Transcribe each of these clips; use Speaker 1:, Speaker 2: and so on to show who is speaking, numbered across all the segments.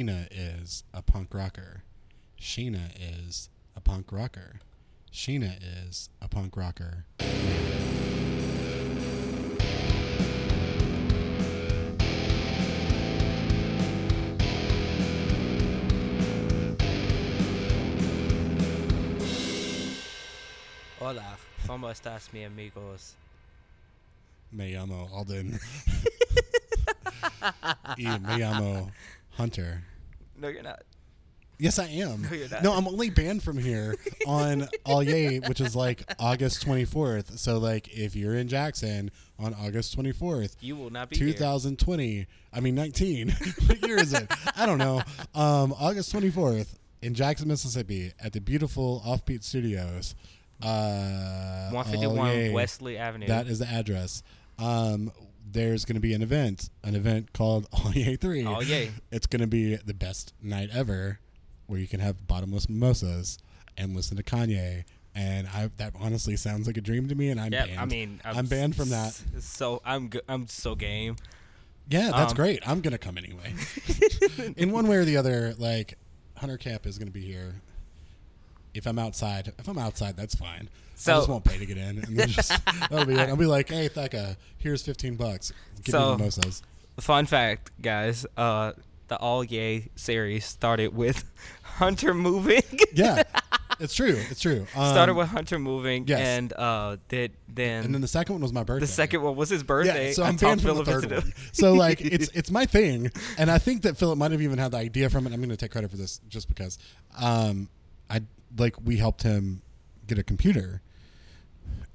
Speaker 1: Sheena is a punk rocker. Sheena is a punk rocker. Sheena is a punk rocker.
Speaker 2: Hola, ¿cómo estás, mi amigos?
Speaker 1: Me llamo Alden. y me llamo Hunter.
Speaker 2: No, you're not.
Speaker 1: Yes, I am.
Speaker 2: No, you're not.
Speaker 1: I'm only banned from here on All Yay, which is like August 24th. So, like, if you're in Jackson on August 24th,
Speaker 2: You will not be here.
Speaker 1: 2020, I mean 19. what year is it? I don't know. Um, August 24th in Jackson, Mississippi, at the beautiful Offbeat Studios. Uh,
Speaker 2: 151
Speaker 1: all yay.
Speaker 2: Wesley Avenue.
Speaker 1: That is the address. Um, there's going to be an event, an event called All Yay 3.
Speaker 2: All Oh, yay.
Speaker 1: It's going to be the best night ever where you can have bottomless mimosas and listen to Kanye. And I, that honestly sounds like a dream to me, and I'm
Speaker 2: yeah,
Speaker 1: banned.
Speaker 2: I mean,
Speaker 1: I'm banned from that.
Speaker 2: s- So I'm go- I'm so game.
Speaker 1: Yeah, that's
Speaker 2: Um,
Speaker 1: great. I'm gonna come anyway. In one way or the other, like Hunter Camp is gonna be here. If I'm outside, if I'm outside, that's fine. I just
Speaker 2: So-
Speaker 1: won't pay to get in, and then just that'll be it. I'll be like, hey, Theka, here's fifteen bucks. Give
Speaker 2: So-
Speaker 1: me mimosas.
Speaker 2: Fun fact, guys. Uh, the All Yay series started with Hunter moving.
Speaker 1: Yeah, it's true. It's true. Um,
Speaker 2: started with Hunter moving,
Speaker 1: yes.
Speaker 2: and uh, did then,
Speaker 1: and then the second one was my birthday.
Speaker 2: the second one was his birthday.
Speaker 1: Yeah, so
Speaker 2: I
Speaker 1: I'm
Speaker 2: told
Speaker 1: banned from the
Speaker 2: Philip
Speaker 1: third
Speaker 2: to do-
Speaker 1: one. So like it's it's my thing, and I think that Philip might have even had the idea from it. I'm going to take credit for this just because, um, I like we helped him get a computer.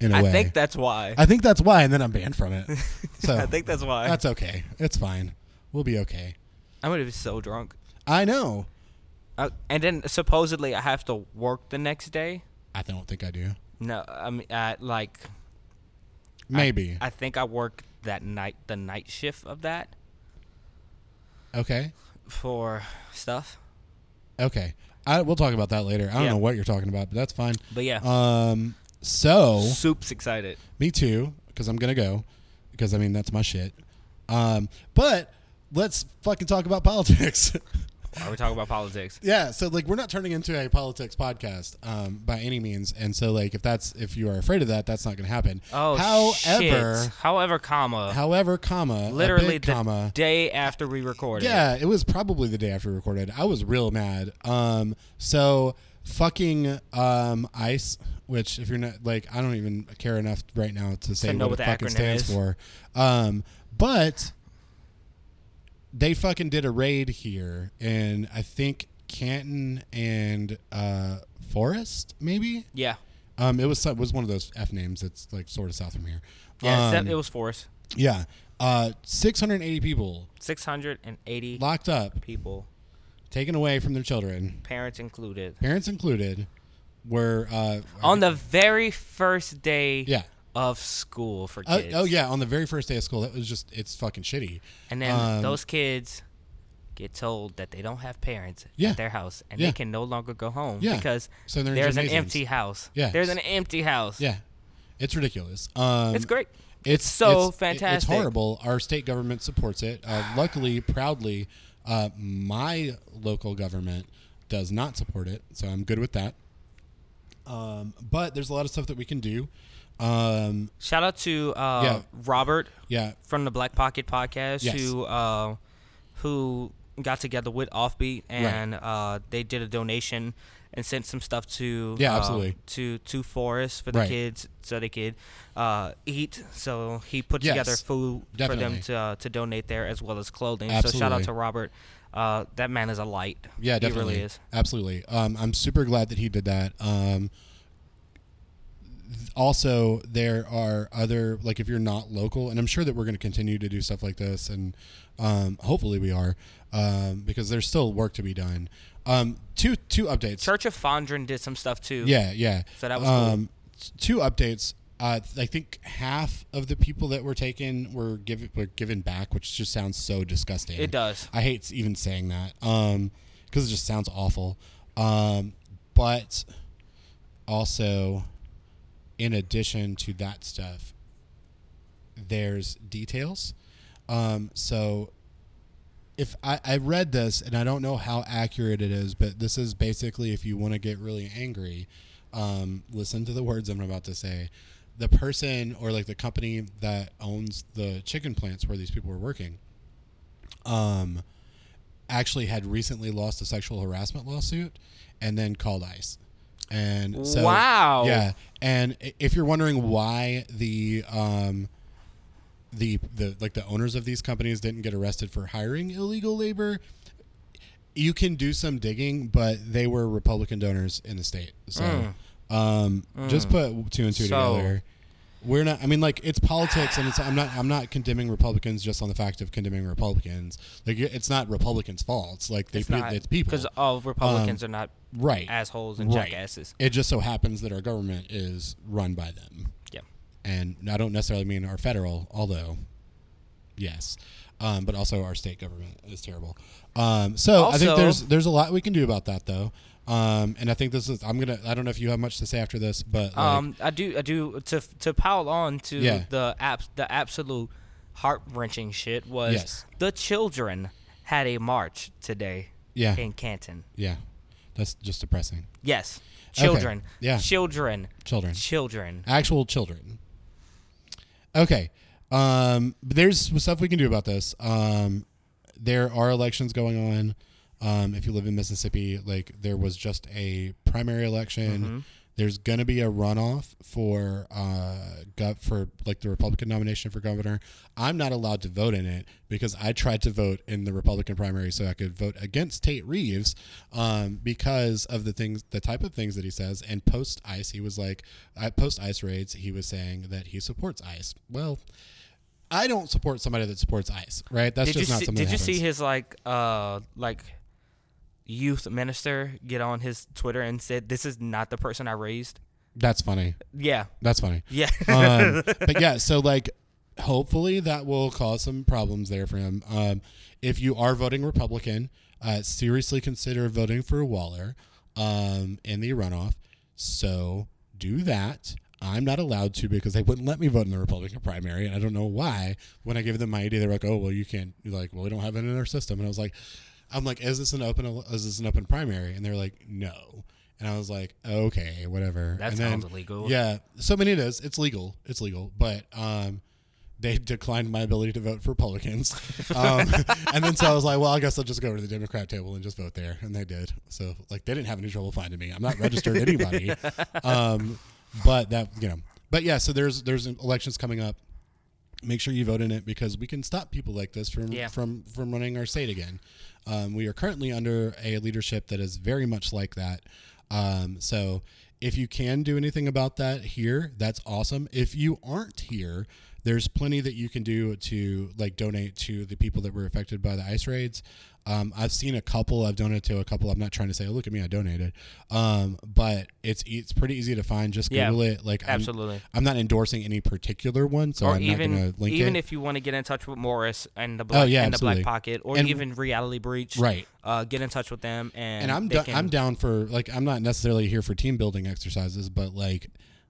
Speaker 1: In a
Speaker 2: I
Speaker 1: way,
Speaker 2: think that's why.
Speaker 1: I think that's why, and then I'm banned from it. So
Speaker 2: I think that's why.
Speaker 1: that's okay. It's fine. We'll be okay.
Speaker 2: I'm gonna be so drunk.
Speaker 1: I know.
Speaker 2: Uh, and then supposedly I have to work the next day.
Speaker 1: I don't think I do.
Speaker 2: No, I mean, I, like
Speaker 1: Maybe.
Speaker 2: I think I work that night, the night shift of that
Speaker 1: okay.
Speaker 2: for stuff.
Speaker 1: Okay. I, we'll talk about that later. I don't
Speaker 2: Yeah.
Speaker 1: know what you're talking about, but that's fine.
Speaker 2: But yeah,
Speaker 1: Um. So.
Speaker 2: soup's excited.
Speaker 1: Me too, because I'm gonna go, because I mean that's my shit. Um, but let's fucking talk about politics.
Speaker 2: Are we talking about politics?
Speaker 1: yeah, so like we're not turning into a politics podcast um, by any means, and so like if that's if you are afraid of that, that's not gonna happen.
Speaker 2: Oh,
Speaker 1: however,
Speaker 2: shit. however, comma,
Speaker 1: however, comma, a
Speaker 2: literally
Speaker 1: big
Speaker 2: the
Speaker 1: comma.
Speaker 2: day after we recorded.
Speaker 1: Yeah, it was probably the day after we recorded. I was real mad. Um, so fucking um, ICE, which if you're not like, I don't even care enough right now to say
Speaker 2: To know
Speaker 1: what,
Speaker 2: what
Speaker 1: it
Speaker 2: the
Speaker 1: fucking
Speaker 2: acronym
Speaker 1: stands
Speaker 2: is.
Speaker 1: for. Um, but they fucking did a raid here, and I think Canton and uh, Forest, maybe.
Speaker 2: yeah,
Speaker 1: Um, it was some- it was one of those f names that's like sort of south from here.
Speaker 2: yeah. except
Speaker 1: Um,
Speaker 2: it was forced.
Speaker 1: yeah. Uh, 680 people
Speaker 2: Six hundred and eighty
Speaker 1: locked up
Speaker 2: people,
Speaker 1: taken away from their children,
Speaker 2: parents included,
Speaker 1: parents included, were uh,
Speaker 2: on the very first day
Speaker 1: yeah.
Speaker 2: of school for
Speaker 1: Oh,
Speaker 2: kids.
Speaker 1: oh yeah, on the very first day of school, that was just it's fucking shitty.
Speaker 2: And then
Speaker 1: Um,
Speaker 2: those kids get told that they don't have parents
Speaker 1: Yeah.
Speaker 2: at their house and
Speaker 1: Yeah.
Speaker 2: they can no longer go home
Speaker 1: Yeah.
Speaker 2: because
Speaker 1: So they're in
Speaker 2: there's an
Speaker 1: gymnasiums.
Speaker 2: empty house.
Speaker 1: Yeah.
Speaker 2: There's an empty house.
Speaker 1: Yeah, it's ridiculous. Um,
Speaker 2: It's great.
Speaker 1: It's
Speaker 2: so
Speaker 1: it's- It's
Speaker 2: fantastic.
Speaker 1: horrible. Our state government supports it. Uh, luckily, proudly, uh, my local government does not support it, so I'm good with that. Um, but there's a lot of stuff that we can do. Um,
Speaker 2: Shout out to uh,
Speaker 1: Yeah.
Speaker 2: Robert
Speaker 1: yeah,
Speaker 2: from the Black Pocket podcast
Speaker 1: Yes.
Speaker 2: who uh, who got together with Offbeat and uh, they did a donation and sent some stuff to
Speaker 1: Yeah,
Speaker 2: uh,
Speaker 1: absolutely.
Speaker 2: to to Forrest for the
Speaker 1: Right.
Speaker 2: kids so they could uh, eat. So he put together
Speaker 1: Yes,
Speaker 2: food for
Speaker 1: definitely.
Speaker 2: them to uh, to donate there as well as clothing. So shout out
Speaker 1: Absolutely.
Speaker 2: to Robert. Uh, that man is a light.
Speaker 1: Yeah, definitely.
Speaker 2: He really is.
Speaker 1: Absolutely. Um, I'm super glad that he did that. Um, th- also, there are other like if you're not local, and I'm sure that we're going to continue to do stuff like this, and um, hopefully we are, um, because there's still work to be done. Um, two two updates.
Speaker 2: Church of Fondren did some stuff too.
Speaker 1: Yeah, yeah. Um,
Speaker 2: So that was
Speaker 1: t- two updates. Uh, I think half of the people that were taken were given were given back, which just sounds so disgusting.
Speaker 2: It does.
Speaker 1: I hate even saying that because it just sounds awful. Um, but also, in addition to that stuff, there's details. Um, so if I, I read this and I don't know how accurate it is, but this is basically if you want to get really angry, um, listen to the words I'm about to say. The person or like the company that owns the chicken plants where these people were working, um, actually had recently lost a sexual harassment lawsuit and then called ICE. And so,
Speaker 2: Wow.
Speaker 1: yeah. And i- if you're wondering why the um, the the like the owners of these companies didn't get arrested for hiring illegal labor, you can do some digging, but they were Republican donors in the state. So um, just put two and two
Speaker 2: Mm. So-
Speaker 1: together. We're not. I mean, like it's politics, and it's. I'm not. I'm not condemning Republicans just on the fact of condemning Republicans. Like it's not Republicans' fault. It's like they.
Speaker 2: It's
Speaker 1: It's,
Speaker 2: not
Speaker 1: people.
Speaker 2: because all Republicans
Speaker 1: Um,
Speaker 2: are not
Speaker 1: right.
Speaker 2: assholes and
Speaker 1: Right.
Speaker 2: jackasses.
Speaker 1: It just so happens that our government is run by them,
Speaker 2: Yeah.
Speaker 1: and I don't necessarily mean our federal, although, yes, um, but also our state government is terrible. Um, so I think
Speaker 2: Also-
Speaker 1: there's there's a lot we can do about that though, um, and I think this is. I'm gonna. I don't know if you have much to say after this, but like,
Speaker 2: Um, I do, I do. To to pile on to
Speaker 1: Yeah.
Speaker 2: the abs, the absolute heart wrenching shit was
Speaker 1: Yes.
Speaker 2: the children had a march today
Speaker 1: yeah,
Speaker 2: in Canton.
Speaker 1: yeah, that's just depressing.
Speaker 2: Yes, children.
Speaker 1: Yeah.
Speaker 2: children.
Speaker 1: Children.
Speaker 2: Children.
Speaker 1: actual children. Okay. Um, but there's some stuff we can do about this. Um, there are elections going on. Um, if you live in Mississippi, like there was just a primary election. There's gonna be a runoff for uh, gov- for like the Republican nomination for governor. I'm not allowed to vote in it because I tried to vote in the Republican primary so I could vote against Tate Reeves um, because of the things, the type of things that he says. And post ICE, he was like, at post ICE raids, he was saying that he supports ICE. Well, I don't support somebody that supports ICE, right? That's
Speaker 2: Did you
Speaker 1: just not
Speaker 2: see,
Speaker 1: something.
Speaker 2: did you
Speaker 1: that
Speaker 2: see
Speaker 1: happens.
Speaker 2: his like uh like youth minister get on his Twitter and said this is not the person I raised?
Speaker 1: That's funny.
Speaker 2: Yeah.
Speaker 1: That's funny.
Speaker 2: Yeah.
Speaker 1: um, but yeah, so like, hopefully that will cause some problems there for him. Um, if you are voting Republican, uh, seriously consider voting for Waller um, in the runoff. So do that. I'm not allowed to because they wouldn't let me vote in the Republican primary, and I don't know why. When I gave them my idea, they were like, "Oh, well, you can't." You're like, "Well, we don't have it in our system," and I was like, "I'm like, is this an open is this an open primary?" And they're like, "No," and I was like, "Okay, whatever."
Speaker 2: That
Speaker 1: and
Speaker 2: sounds illegal.
Speaker 1: Yeah, so I mean, it is. It's legal. It's legal, but um, they declined my ability to vote for Republicans, um, and then so I was like, well, I guess I'll just go over to the Democrat table and just vote there, and they did. So like, they didn't have any trouble finding me. I'm not registered anybody, um, but that you know, but yeah. So there's there's elections coming up. Make sure you vote in it because we can stop people like this from
Speaker 2: Yeah.
Speaker 1: from from running our state again. Um, we are currently under a leadership that is very much like that. Um, so if you can do anything about that here, that's awesome. If you aren't here, there's plenty that you can do to like donate to the people that were affected by the ice raids. Um, I've seen a couple. I've donated to a couple. I'm not trying to say, oh, look at me, I donated. Um, but it's it's pretty easy to find. Just
Speaker 2: Yeah,
Speaker 1: Google it. Like I'm-
Speaker 2: Absolutely.
Speaker 1: I'm, not endorsing any particular one, so
Speaker 2: or
Speaker 1: I'm not
Speaker 2: even
Speaker 1: going to link
Speaker 2: even
Speaker 1: it. Oh,
Speaker 2: if you want to get in touch with Morris and the Black,
Speaker 1: yeah,
Speaker 2: and the Black
Speaker 1: absolutely.
Speaker 2: Pocket, or
Speaker 1: And-
Speaker 2: even Reality Breach,
Speaker 1: right.
Speaker 2: Uh, get in touch with them, and
Speaker 1: and I'm
Speaker 2: they
Speaker 1: do-
Speaker 2: can-
Speaker 1: I'm down for like I'm not necessarily here for team building exercises, but like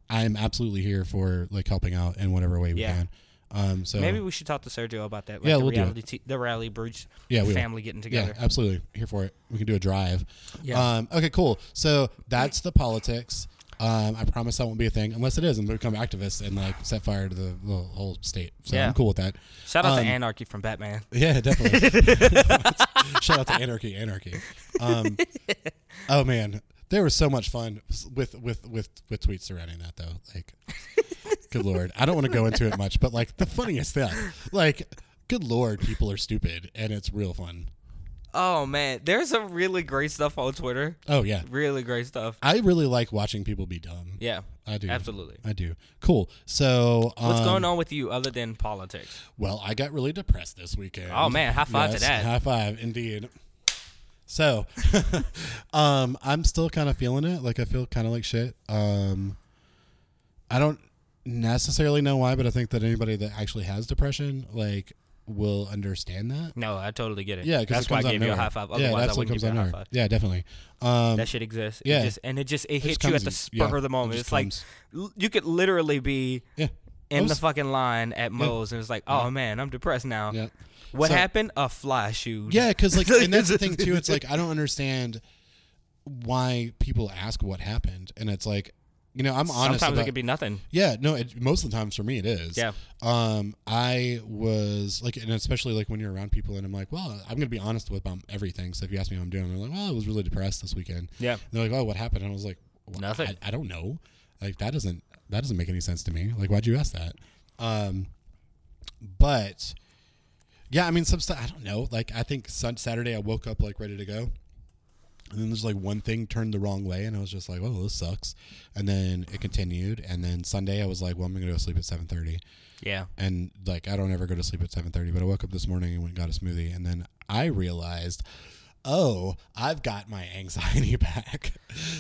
Speaker 1: I'm absolutely here for like helping out in whatever way we
Speaker 2: Yeah.
Speaker 1: can. Um, so
Speaker 2: Maybe we should talk to Sergio about that. Like
Speaker 1: Yeah,
Speaker 2: the
Speaker 1: we'll do it.
Speaker 2: reality t- the Reality Breach
Speaker 1: Yeah, we will.
Speaker 2: family getting
Speaker 1: yeah,
Speaker 2: together.
Speaker 1: absolutely here for it. We can do a drive.
Speaker 2: Yeah.
Speaker 1: Um, okay, cool. So that's the politics. Um, I promise that won't be a thing unless it is, and we become activists and like set fire to the, the whole state. So
Speaker 2: Yeah.
Speaker 1: I'm cool with that.
Speaker 2: Shout out to
Speaker 1: um,
Speaker 2: Anarchy from Batman.
Speaker 1: Yeah, definitely. Shout out to Anarchy, Anarchy. Um, oh man, there was so much fun with with with with tweets surrounding that though. Like, good lord, I don't want to go into it much, but like the funniest thing, like, good lord, people are stupid, and it's real fun.
Speaker 2: Oh man, there's some really great stuff on Twitter.
Speaker 1: Oh yeah,
Speaker 2: Really great stuff.
Speaker 1: I really like watching people be dumb.
Speaker 2: Yeah,
Speaker 1: I do.
Speaker 2: absolutely.
Speaker 1: I do. Cool. So, um,
Speaker 2: What's going on with you other than politics?
Speaker 1: Well, I got really depressed this weekend.
Speaker 2: Oh, man, high five to that.
Speaker 1: High five, indeed. So, um, I'm still kind of feeling it. Like I feel kind of like shit. Um, I don't necessarily know why, but I think that anybody that actually has depression, like, will understand that.
Speaker 2: No, I totally get it.
Speaker 1: Yeah, because
Speaker 2: that's
Speaker 1: it
Speaker 2: why I
Speaker 1: comes out
Speaker 2: gave
Speaker 1: of
Speaker 2: you a
Speaker 1: nowhere.
Speaker 2: high five.
Speaker 1: Yeah,
Speaker 2: Otherwise, I
Speaker 1: that's what
Speaker 2: wouldn't
Speaker 1: comes
Speaker 2: give you
Speaker 1: out
Speaker 2: a
Speaker 1: of
Speaker 2: high
Speaker 1: nowhere.
Speaker 2: five.
Speaker 1: Yeah, definitely. Um,
Speaker 2: That shit exists. It
Speaker 1: Yeah.
Speaker 2: just, and it just it hits
Speaker 1: just
Speaker 2: you at
Speaker 1: comes
Speaker 2: the
Speaker 1: as-
Speaker 2: spur
Speaker 1: yeah,
Speaker 2: of the
Speaker 1: it
Speaker 2: moment.
Speaker 1: just
Speaker 2: It's like
Speaker 1: comes.
Speaker 2: l- you could literally be
Speaker 1: yeah. I
Speaker 2: in the
Speaker 1: was-
Speaker 2: fucking line at Moe's and it's like, oh man, I'm depressed now.
Speaker 1: Yeah.
Speaker 2: What
Speaker 1: So-
Speaker 2: happened? A fly shoot.
Speaker 1: Yeah, because like, and that's the thing too. It's like I don't understand why people ask what happened, and it's like, you know, I'm honest.
Speaker 2: Sometimes it
Speaker 1: about-
Speaker 2: could be nothing.
Speaker 1: Yeah, no. It, most of the times for me, it is.
Speaker 2: Yeah.
Speaker 1: Um, I was like, and especially like when you're around people, and I'm like, well, I'm gonna be honest with um, everything. So if you ask me how I'm doing, they're like, well, I was really depressed this weekend.
Speaker 2: Yeah.
Speaker 1: And they're like, oh, what happened? And I was like, well,
Speaker 2: Nothing.
Speaker 1: I, I don't know. Like that doesn't that doesn't make any sense to me. Like, why'd you ask that? Um, but yeah, I mean, some stuff. I don't know. Like, I think sun- Saturday I woke up like ready to go. And then there's like one thing turned the wrong way, and I was just like, "Oh, this sucks." And then it continued. And then Sunday, I was like, "Well, I'm gonna go to sleep at 7:30."
Speaker 2: Yeah.
Speaker 1: And like, I don't ever go to sleep at 7:30, but I woke up this morning and went and got a smoothie, and then I realized, "Oh, I've got my anxiety back."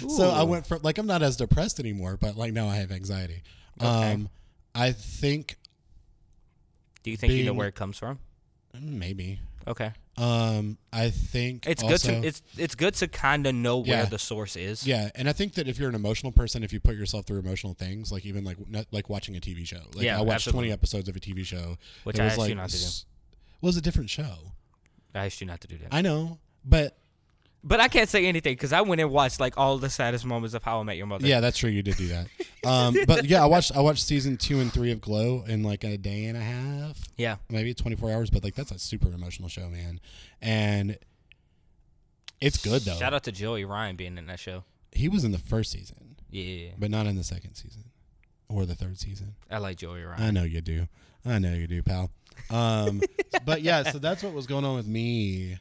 Speaker 1: so I
Speaker 2: Ooh.
Speaker 1: went from like I'm not as depressed anymore, but like now I have anxiety.
Speaker 2: Okay.
Speaker 1: Um, I think
Speaker 2: Do you think you know
Speaker 1: Being-
Speaker 2: where it comes from?
Speaker 1: maybe.
Speaker 2: Okay.
Speaker 1: Um, I think
Speaker 2: It's
Speaker 1: also,
Speaker 2: good to it's it's good to kind of know where
Speaker 1: Yeah.
Speaker 2: the source is.
Speaker 1: Yeah, and I think that if you're an emotional person, if you put yourself through emotional things, like even like not, like watching a TV show, like
Speaker 2: Yeah,
Speaker 1: I watched
Speaker 2: absolutely.
Speaker 1: 20 episodes of a TV show,
Speaker 2: Which
Speaker 1: that
Speaker 2: I
Speaker 1: was
Speaker 2: asked you
Speaker 1: like
Speaker 2: not to do.
Speaker 1: s- was a different show.
Speaker 2: I asked you not to do that.
Speaker 1: I know, but
Speaker 2: But I can't say anything because I went and watched like all the saddest moments of How I Met Your Mother.
Speaker 1: yeah, that's true. You did do that. um, but yeah, I watched I watched season two and three of Glow in like a day and a half,
Speaker 2: Yeah.
Speaker 1: maybe 24 hours. But like that's a super emotional show, man, and it's good though.
Speaker 2: Shout out to Joey Ryan being in that show.
Speaker 1: He was in the first season,
Speaker 2: Yeah.
Speaker 1: but not in the second season or the third season.
Speaker 2: I like Joey Ryan.
Speaker 1: I know you do. I know you do, pal. Um, but yeah, so that's what was going on with me.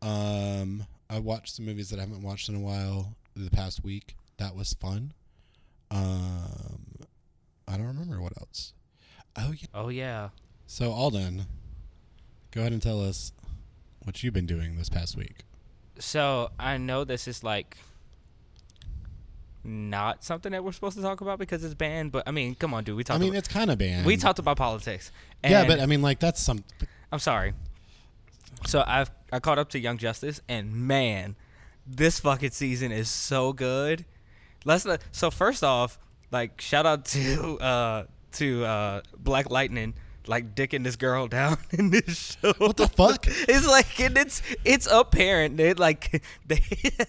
Speaker 1: Um, I watched some movies that I haven't watched in a while the past week. That was fun. Um, I don't remember what else. Oh yeah.
Speaker 2: oh yeah.
Speaker 1: So Alden, go ahead and tell us what you've been doing this past week.
Speaker 2: So I know this is like not something that we're supposed to talk about because it's banned, but I mean, come on, dude. We talked
Speaker 1: I mean,
Speaker 2: about,
Speaker 1: it's kind of banned.
Speaker 2: we talked about politics. And
Speaker 1: Yeah, but I mean, like that's some.
Speaker 2: I'm sorry. So I've I caught up to Young Justice, and man, this fucking season is so good. Let's let, so first off, like shout out to uh to uh Black Lightning, like dicking this girl down in this show.
Speaker 1: What the fuck?
Speaker 2: It's like and it's it's apparent that like they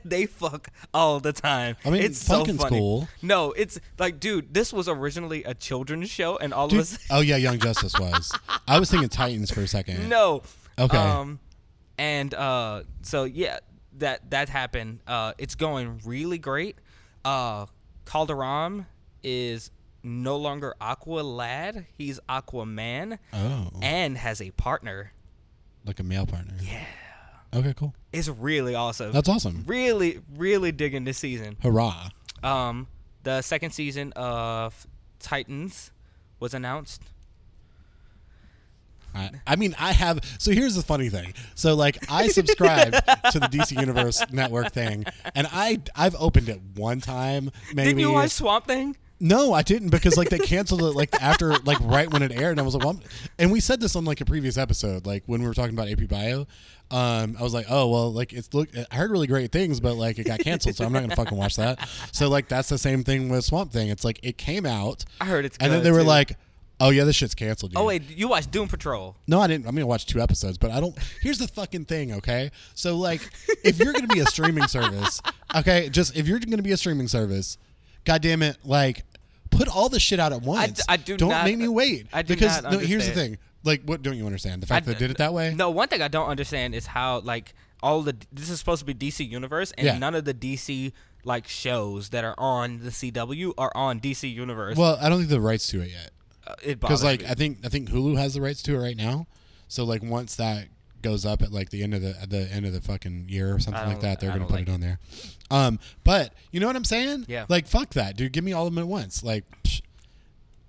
Speaker 2: they fuck all the time.
Speaker 1: I mean,
Speaker 2: it's
Speaker 1: fucking's
Speaker 2: so funny.
Speaker 1: cool.
Speaker 2: No, it's like, dude, this was originally a children's show, and all
Speaker 1: Dude,
Speaker 2: of us.
Speaker 1: oh yeah, Young Justice was. I was thinking Titans for a second.
Speaker 2: No.
Speaker 1: Okay.
Speaker 2: Um, and uh, so yeah, that that happened. Uh, it's going really great. Uh, Calderon is no longer Aqua Lad. He's Aquaman,
Speaker 1: Oh,
Speaker 2: and has a partner.
Speaker 1: like a male partner. Yeah. Okay, cool.
Speaker 2: It's really awesome.
Speaker 1: That's awesome.
Speaker 2: really, really digging this season.
Speaker 1: Hurrah.
Speaker 2: Um, the second season of Titans was announced.
Speaker 1: I, I mean, I have. So here's the funny thing. So like, I subscribed to the DC Universe Network thing, and I I've opened it one time. Maybe
Speaker 2: Didn't you watch Swamp Thing?
Speaker 1: no, I didn't because like they canceled it like after like right when it aired, and I was like, well, I'm- and we said this on like a previous episode, like when we were talking about AP Bio. Um, I was like, oh well, like it's look, I heard really great things, but like it got canceled, so I'm not gonna fucking watch that. So like that's the same thing with Swamp Thing. It's like it came out,
Speaker 2: I heard it's.
Speaker 1: and then
Speaker 2: good,
Speaker 1: they were
Speaker 2: too.
Speaker 1: like, oh yeah, this shit's canceled. Dude.
Speaker 2: "Oh wait, you watched Doom Patrol?"
Speaker 1: No, I didn't. I'm gonna watch two episodes, but I don't. Here's the fucking thing, okay? So like, if you're gonna be a streaming service, okay, just if you're gonna be a streaming service, goddamn it, like, put all the shit out at once.
Speaker 2: I do
Speaker 1: not
Speaker 2: not-
Speaker 1: make me wait.
Speaker 2: I do
Speaker 1: because
Speaker 2: not
Speaker 1: no, here's the
Speaker 2: understand.
Speaker 1: thing. Like, what don't you understand? The
Speaker 2: I
Speaker 1: fact that they did it that way.
Speaker 2: No, one thing I don't understand is how like all the this is supposed to be DC universe and
Speaker 1: Yeah.
Speaker 2: none of the DC like shows that are on the CW are on DC universe.
Speaker 1: Well, I don't think the rights to it yet,
Speaker 2: Uh, it
Speaker 1: because
Speaker 2: bothers
Speaker 1: like
Speaker 2: me.
Speaker 1: I think I think Hulu has the rights to it right now. So like once that goes up at like the end of the at the end of the fucking year or something like
Speaker 2: don't-
Speaker 1: that, they're
Speaker 2: I
Speaker 1: gonna
Speaker 2: don't
Speaker 1: put
Speaker 2: like
Speaker 1: it on there. Um, but you know what I'm saying?
Speaker 2: Yeah.
Speaker 1: Like fuck that, dude. Give me all of them at once. Like, psh,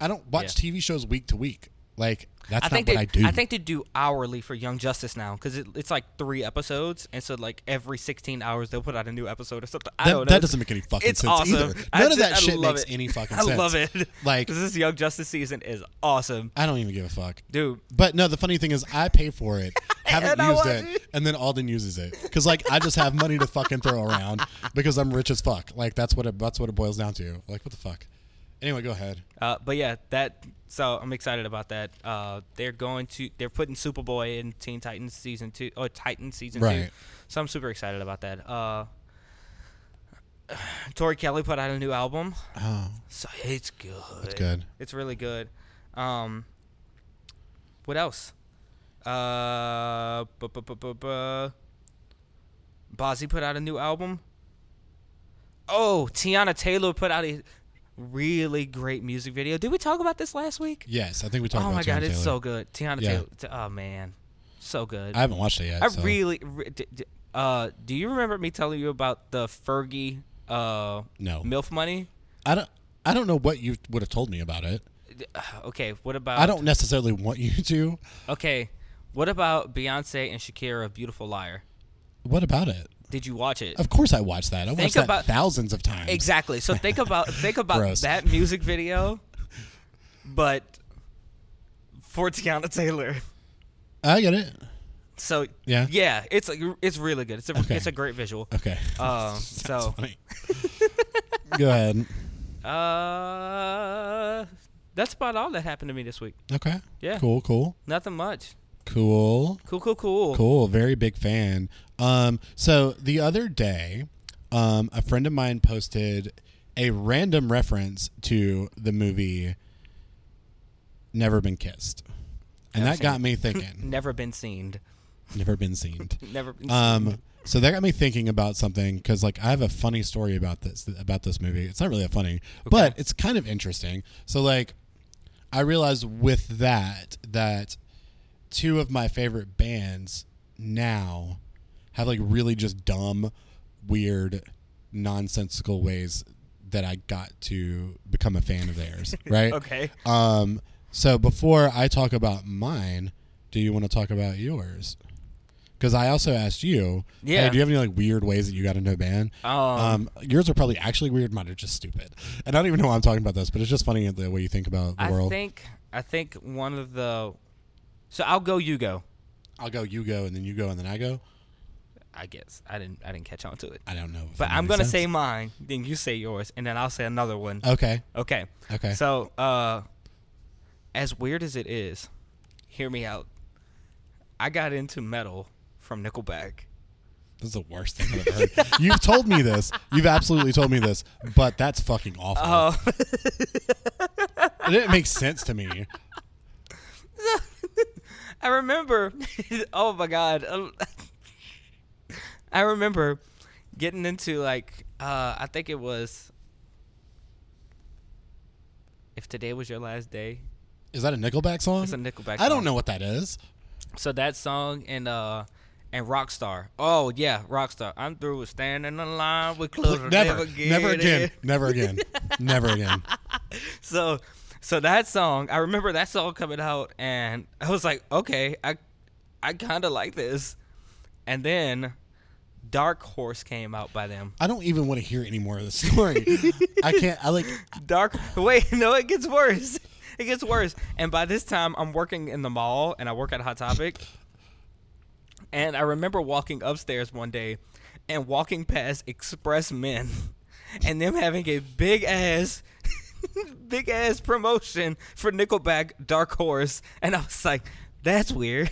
Speaker 1: I don't watch
Speaker 2: Yeah.
Speaker 1: TV shows week to week. Like that's
Speaker 2: I
Speaker 1: not
Speaker 2: think
Speaker 1: what
Speaker 2: they,
Speaker 1: I do.
Speaker 2: think they do hourly for Young Justice now because it, it's like three episodes, and so like every sixteen hours they'll put out a new episode or something. I
Speaker 1: that,
Speaker 2: don't know.
Speaker 1: that
Speaker 2: It's-
Speaker 1: doesn't make any fucking
Speaker 2: it's
Speaker 1: sense
Speaker 2: awesome.
Speaker 1: either. None
Speaker 2: I
Speaker 1: of
Speaker 2: just-
Speaker 1: that
Speaker 2: I
Speaker 1: shit
Speaker 2: love
Speaker 1: makes
Speaker 2: it.
Speaker 1: any fucking
Speaker 2: I
Speaker 1: sense.
Speaker 2: love it.
Speaker 1: Like-
Speaker 2: 'Cause this Young Justice season is awesome,
Speaker 1: I don't even give a fuck.
Speaker 2: dude.
Speaker 1: But no, the funny thing is, I pay for it, haven't
Speaker 2: And I
Speaker 1: used
Speaker 2: watch
Speaker 1: it,
Speaker 2: it.
Speaker 1: and then Alden uses it because like I just have money to fucking throw around because I'm rich as fuck. Like that's what it that's what it boils down to. Like what the fuck? Anyway, go ahead.
Speaker 2: Uh, but yeah, that so I'm excited about that. Uh, they're going to they're putting Superboy in Teen Titans season two or Titan season
Speaker 1: Right.
Speaker 2: two. So I'm super excited about that. Uh, Tori Kelly put out a new album,
Speaker 1: Oh,
Speaker 2: so it's good.
Speaker 1: that's good.
Speaker 2: It's really good. Um, what else? Uh, bu- bu- bu- bu- bu- Bozzy put out a new album. Oh, Tiana Taylor put out a really great music video. Did we talk about this last week?
Speaker 1: Yes, I think we talked
Speaker 2: oh
Speaker 1: about.
Speaker 2: my god,
Speaker 1: Tiana
Speaker 2: it's
Speaker 1: Taylor.
Speaker 2: so good. Tiana
Speaker 1: Yeah.
Speaker 2: Taylor. t- Oh man, so good.
Speaker 1: I haven't watched it yet.
Speaker 2: I
Speaker 1: so-
Speaker 2: really. re- d- d- uh, do you remember me telling you about the Fergie uh
Speaker 1: No.
Speaker 2: milf money?
Speaker 1: I don't. I don't know what you would have told me about it.
Speaker 2: D- uh, Okay, what about?
Speaker 1: I don't necessarily want you to.
Speaker 2: Okay, what about Beyonce and Shakira, "Beautiful Liar"?
Speaker 1: What about it?
Speaker 2: Did you watch it?
Speaker 1: Of course, I watched that. I watched that
Speaker 2: about-
Speaker 1: thousands of times.
Speaker 2: Exactly. So think about think about
Speaker 1: Gross.
Speaker 2: that music video, but for Tiana Taylor.
Speaker 1: I get it.
Speaker 2: So
Speaker 1: Yeah.
Speaker 2: yeah, it's like it's really good. It's a
Speaker 1: Okay.
Speaker 2: it's a great visual.
Speaker 1: Okay.
Speaker 2: Um,
Speaker 1: That's
Speaker 2: so
Speaker 1: funny. go ahead.
Speaker 2: uh, that's about all that happened to me this week.
Speaker 1: Okay.
Speaker 2: Yeah.
Speaker 1: Cool. Cool.
Speaker 2: Nothing much.
Speaker 1: Cool.
Speaker 2: Cool, cool, cool.
Speaker 1: Cool. Very big fan. Um, so the other day, um, a friend of mine posted a random reference to the movie Never Been Kissed. And
Speaker 2: Never
Speaker 1: that got
Speaker 2: seen
Speaker 1: me thinking.
Speaker 2: Never been seen.
Speaker 1: Never been seen.
Speaker 2: Never been seen.
Speaker 1: Um, so that got me thinking about something because, like, I have a funny story about this about this movie. It's not really that funny, but it's kind of interesting. So, like, I realized with that that two of my favorite bands now have like really just dumb, weird, nonsensical ways that I got to become a fan of theirs. right?
Speaker 2: Okay.
Speaker 1: Um. So before I talk about mine, do you want to talk about yours? Because I also asked you.
Speaker 2: Yeah.
Speaker 1: Hey, do you have any like weird ways that you got into a band?
Speaker 2: Um,
Speaker 1: Um, yours are probably actually weird. Mine are just stupid. And I don't even know why I'm talking about this, but it's just funny the way you think about the
Speaker 2: I
Speaker 1: world.
Speaker 2: think I think one of the. So I'll go. You go.
Speaker 1: I'll go, you go, and then you go, and then I go.
Speaker 2: I guess I didn't I didn't catch on to it.
Speaker 1: I don't know. if
Speaker 2: But
Speaker 1: that
Speaker 2: I'm
Speaker 1: makes
Speaker 2: gonna
Speaker 1: sense.
Speaker 2: say mine, then you say yours, and then I'll say another one.
Speaker 1: Okay.
Speaker 2: Okay.
Speaker 1: Okay.
Speaker 2: So, uh, as weird as it is, hear me out. I got into metal from Nickelback.
Speaker 1: This is the worst thing I've ever heard. You've told me this. You've absolutely told me this, but that's fucking awful.
Speaker 2: Oh,
Speaker 1: it didn't make sense to me.
Speaker 2: I remember. oh my god. Um, I remember getting into like uh, I think it was. If today was your last day,
Speaker 1: Is that a Nickelback song?
Speaker 2: It's a Nickelback
Speaker 1: I don't
Speaker 2: song.
Speaker 1: know what that is.
Speaker 2: So that song and uh and Rockstar. Oh yeah, Rockstar. I'm through with standing in line with clothes.
Speaker 1: never, never again, never again, never again.
Speaker 2: So so that song, I remember that song coming out and I was like, okay, I I kinda like this. And then Dark Horse came out by them.
Speaker 1: I don't even want to hear any more of the story. I can't. I like.
Speaker 2: Dark wait, no, it gets worse. It gets worse. And by this time I'm working in the mall and I work at Hot Topic. And I remember walking upstairs one day and walking past Express Men and them having a big ass big ass promotion for Nickelback Dark Horse and I was like, that's weird.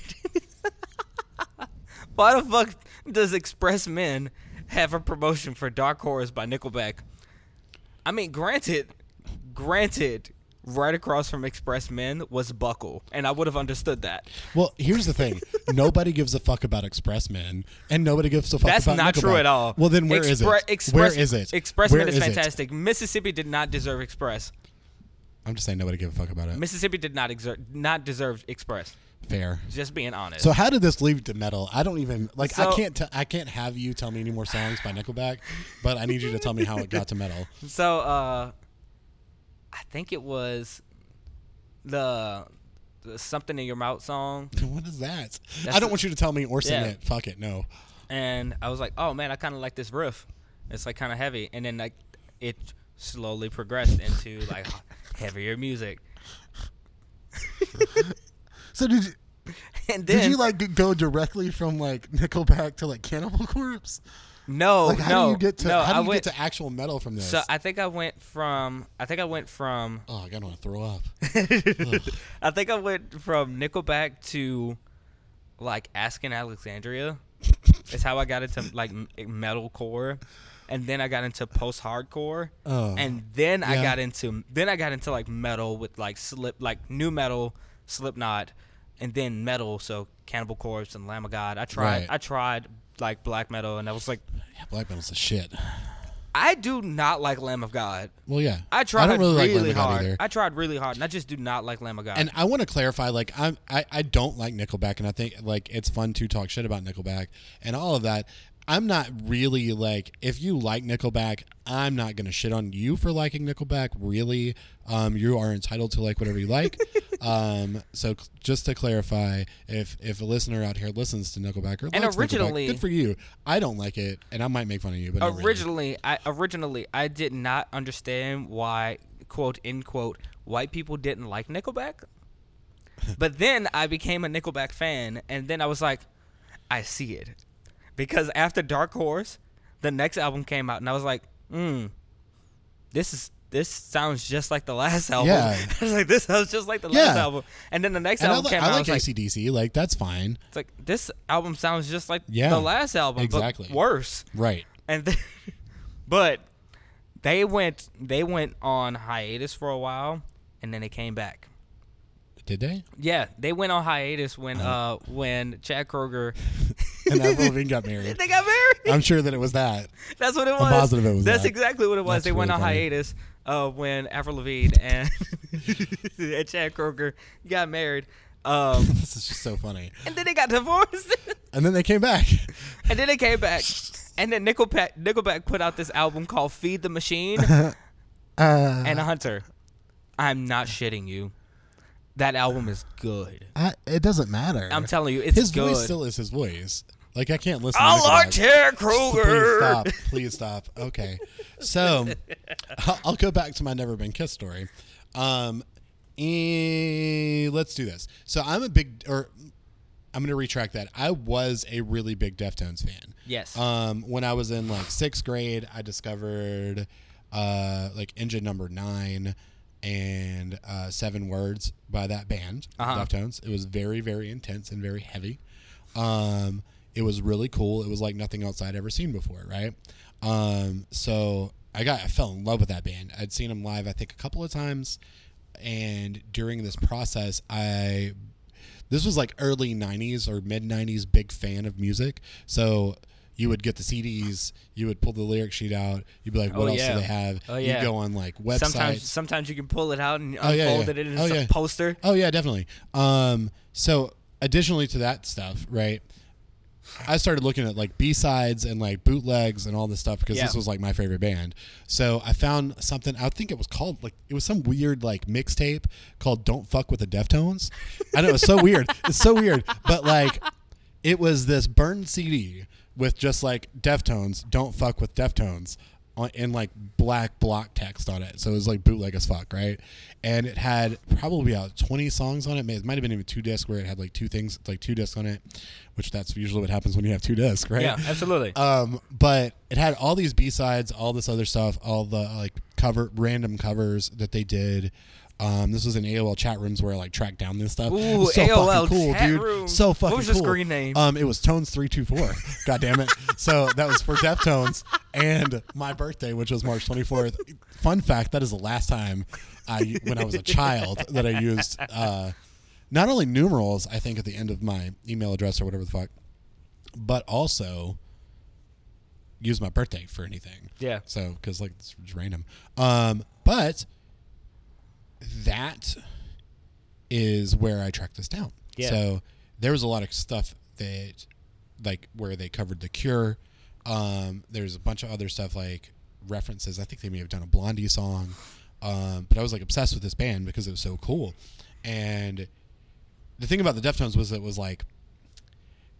Speaker 2: Why the fuck does Express Men have a promotion for Dark Horse by Nickelback? I mean, granted, granted, right across from Express Men was Buckle, and I would have understood that.
Speaker 1: Well, here's the thing. Nobody gives a fuck about Expressmen, and nobody gives a fuck
Speaker 2: That's
Speaker 1: about.
Speaker 2: not
Speaker 1: Nickelback.
Speaker 2: true at all.
Speaker 1: Well, then where is
Speaker 2: Expre-
Speaker 1: it?
Speaker 2: Express,
Speaker 1: where is it?
Speaker 2: Express
Speaker 1: Where
Speaker 2: Men is,
Speaker 1: it?
Speaker 2: fantastic. Mississippi did not deserve Express.
Speaker 1: I'm just saying nobody give a fuck about it.
Speaker 2: Mississippi did not exer- not deserve Express.
Speaker 1: Fair.
Speaker 2: Just being honest.
Speaker 1: So how did this lead to metal? I don't even like. I
Speaker 2: So-
Speaker 1: can't. T- I can't have you tell me any more songs by Nickelback, but I need you to tell me how it got to metal.
Speaker 2: So uh I think it was the, the something in your mouth song
Speaker 1: What is that? I
Speaker 2: That's
Speaker 1: don't
Speaker 2: a-
Speaker 1: want you to tell me or sing
Speaker 2: Yeah.
Speaker 1: it. Fuck it. No.
Speaker 2: and I was like, "Oh man, I kind of like this riff. It's like kind of heavy." And then like it slowly progressed into like heavier music.
Speaker 1: So did you?
Speaker 2: And then
Speaker 1: Did you like go directly from like Nickelback to like Cannibal Corpse?
Speaker 2: No,
Speaker 1: Like, how
Speaker 2: Oh, no,
Speaker 1: do you get to
Speaker 2: no,
Speaker 1: how do
Speaker 2: I
Speaker 1: you
Speaker 2: went,
Speaker 1: get to actual metal from this?
Speaker 2: So I think I went from I think I went from
Speaker 1: oh, I gotta want to throw up.
Speaker 2: I think I went from Nickelback to like asking Alexandria. It's how I got into like m- eh, metalcore, and then I got into post hardcore,
Speaker 1: Oh.
Speaker 2: and then I
Speaker 1: Yeah.
Speaker 2: got into then I got into like metal with like slip like new metal, Slipknot, and then metal so Cannibal Corpse and Lamb of God. I tried
Speaker 1: Right.
Speaker 2: I tried like black metal, and I was like,
Speaker 1: Yeah, black metal's the shit.
Speaker 2: I do not like Lamb of God.
Speaker 1: Well, yeah.
Speaker 2: I tried
Speaker 1: don't really,
Speaker 2: really,
Speaker 1: like Lamb of God
Speaker 2: hard.
Speaker 1: either.
Speaker 2: I tried really hard, and I just do not like Lamb of God.
Speaker 1: and I want to clarify, like I'm, I, I don't like Nickelback, and I think like it's fun to talk shit about Nickelback and all of that. I'm not really like if you like Nickelback, I'm not gonna shit on you for liking Nickelback. Really, um, you are entitled to like whatever you like. um, so c- just to clarify, if if a listener out here listens to Nickelback or
Speaker 2: And
Speaker 1: likes Nickelback,
Speaker 2: originally-
Speaker 1: good for you. I don't like it, and I might make fun of you, but I don't really-
Speaker 2: originally I originally I did not understand why quote end quote white people didn't like Nickelback. but then I became a Nickelback fan and then I was like, I see it. Because after Dark Horse, the next album came out and I was like, hmm, this is this sounds just like the last album.
Speaker 1: Yeah.
Speaker 2: I was like, this sounds just like the
Speaker 1: Yeah.
Speaker 2: last album. And then the next
Speaker 1: and I,
Speaker 2: album
Speaker 1: li-
Speaker 2: came
Speaker 1: I
Speaker 2: out. I
Speaker 1: like
Speaker 2: was like,
Speaker 1: ACDC, like, that's fine,
Speaker 2: it's like this album sounds just like
Speaker 1: Yeah,
Speaker 2: the last album,
Speaker 1: exactly.
Speaker 2: but worse
Speaker 1: right?
Speaker 2: and th- but they went they went on hiatus for a while and then they came back
Speaker 1: Did they?
Speaker 2: yeah they went on hiatus when
Speaker 1: Uh-huh.
Speaker 2: uh when chad kroger
Speaker 1: And Avril Lavigne got married.
Speaker 2: they got married
Speaker 1: I'm sure that it was that.
Speaker 2: that's what it was
Speaker 1: positive it was
Speaker 2: that's
Speaker 1: that.
Speaker 2: exactly what it was
Speaker 1: That's
Speaker 2: they went
Speaker 1: really
Speaker 2: on
Speaker 1: funny.
Speaker 2: hiatus uh when avril lavigne and, and chad kroger got married um
Speaker 1: This is just so funny.
Speaker 2: and then they got divorced
Speaker 1: And then they came back.
Speaker 2: And then they came back, and then Nickelback Nickelback put out this album called "Feed the Machine"
Speaker 1: Uh,
Speaker 2: and "Hunter." I'm not shitting you. That album is good.
Speaker 1: I, it doesn't matter.
Speaker 2: I'm telling you, it's
Speaker 1: his
Speaker 2: good.
Speaker 1: voice still is his voice. Like I can't listen.
Speaker 2: I
Speaker 1: to
Speaker 2: like
Speaker 1: Nickelback.
Speaker 2: Terry
Speaker 1: Please
Speaker 2: Kruger.
Speaker 1: stop. Please stop. Okay, so I'll, I'll go back to my never been kissed story. Um, eh, let's do this. So I'm a big, or I'm going to retract that. I was a really big Deftones fan.
Speaker 2: Yes.
Speaker 1: Um, when I was in like sixth grade, I discovered uh, like Engine Number Nine and uh, Seven Words by that band,
Speaker 2: Uh-huh.
Speaker 1: Deftones. It was very, very intense and very heavy. Um, it was really cool. It was like nothing else I'd ever seen before, right? Um, so I got, I fell in love with that band. I'd seen them live, I think, a couple of times. And during this process, I this was like early 90s or mid 90s big fan of music so you would get the CDs, you would pull the lyric sheet out, you'd be like,
Speaker 2: Oh,
Speaker 1: "What else
Speaker 2: yeah.
Speaker 1: do they have?"
Speaker 2: Oh,
Speaker 1: You
Speaker 2: yeah.
Speaker 1: go on like websites.
Speaker 2: sometimes, sometimes you can pull it out and unfold
Speaker 1: Oh, yeah, yeah.
Speaker 2: it into
Speaker 1: Oh,
Speaker 2: a
Speaker 1: yeah.
Speaker 2: poster.
Speaker 1: Oh yeah, definitely. Um, so additionally to that stuff, right? I started looking at like B sides and like bootlegs and all this stuff because
Speaker 2: Yeah.
Speaker 1: this was like my favorite band. So I found something. I think it was called like it was some weird like mixtape called "Don't Fuck with the Deftones." I know it's so weird. It's so weird, but like it was this burned CD with just like Deftones. Don't fuck with Deftones. On, and like black block text on it, so it was like bootleg as fuck, right? And it had probably about twenty songs on it. May- It might have been even two discs where it had like two things, like two discs on it, which that's usually what happens when you have two discs, right?
Speaker 2: Yeah, absolutely.
Speaker 1: Um, but it had all these B sides, all this other stuff, all the like cover random covers that they did. Um, this was in AOL chat rooms where I like tracked down this stuff. It
Speaker 2: Ooh,
Speaker 1: was so
Speaker 2: AOL
Speaker 1: fucking cool,
Speaker 2: chat
Speaker 1: dude.
Speaker 2: rooms.
Speaker 1: So
Speaker 2: What
Speaker 1: fucking
Speaker 2: was your
Speaker 1: cool.
Speaker 2: screen name?
Speaker 1: Um, it was Tones three two four. God damn it. So that was for Deftones and my birthday, which was March twenty fourth. Fun fact: that is the last time I, when I was a child, that I used uh, not only numerals. I think at the end of my email address or whatever the fuck, but also use my birthday for anything.
Speaker 2: Yeah.
Speaker 1: So because like it's just random. Um, but that is where I tracked this down.
Speaker 2: Yeah.
Speaker 1: So there was a lot of stuff that like where they covered the cure. Um, there's a bunch of other stuff like references. I think they may have done a Blondie song. Um, but I was like obsessed with this band because it was so cool. And the thing about the Deftones was it was like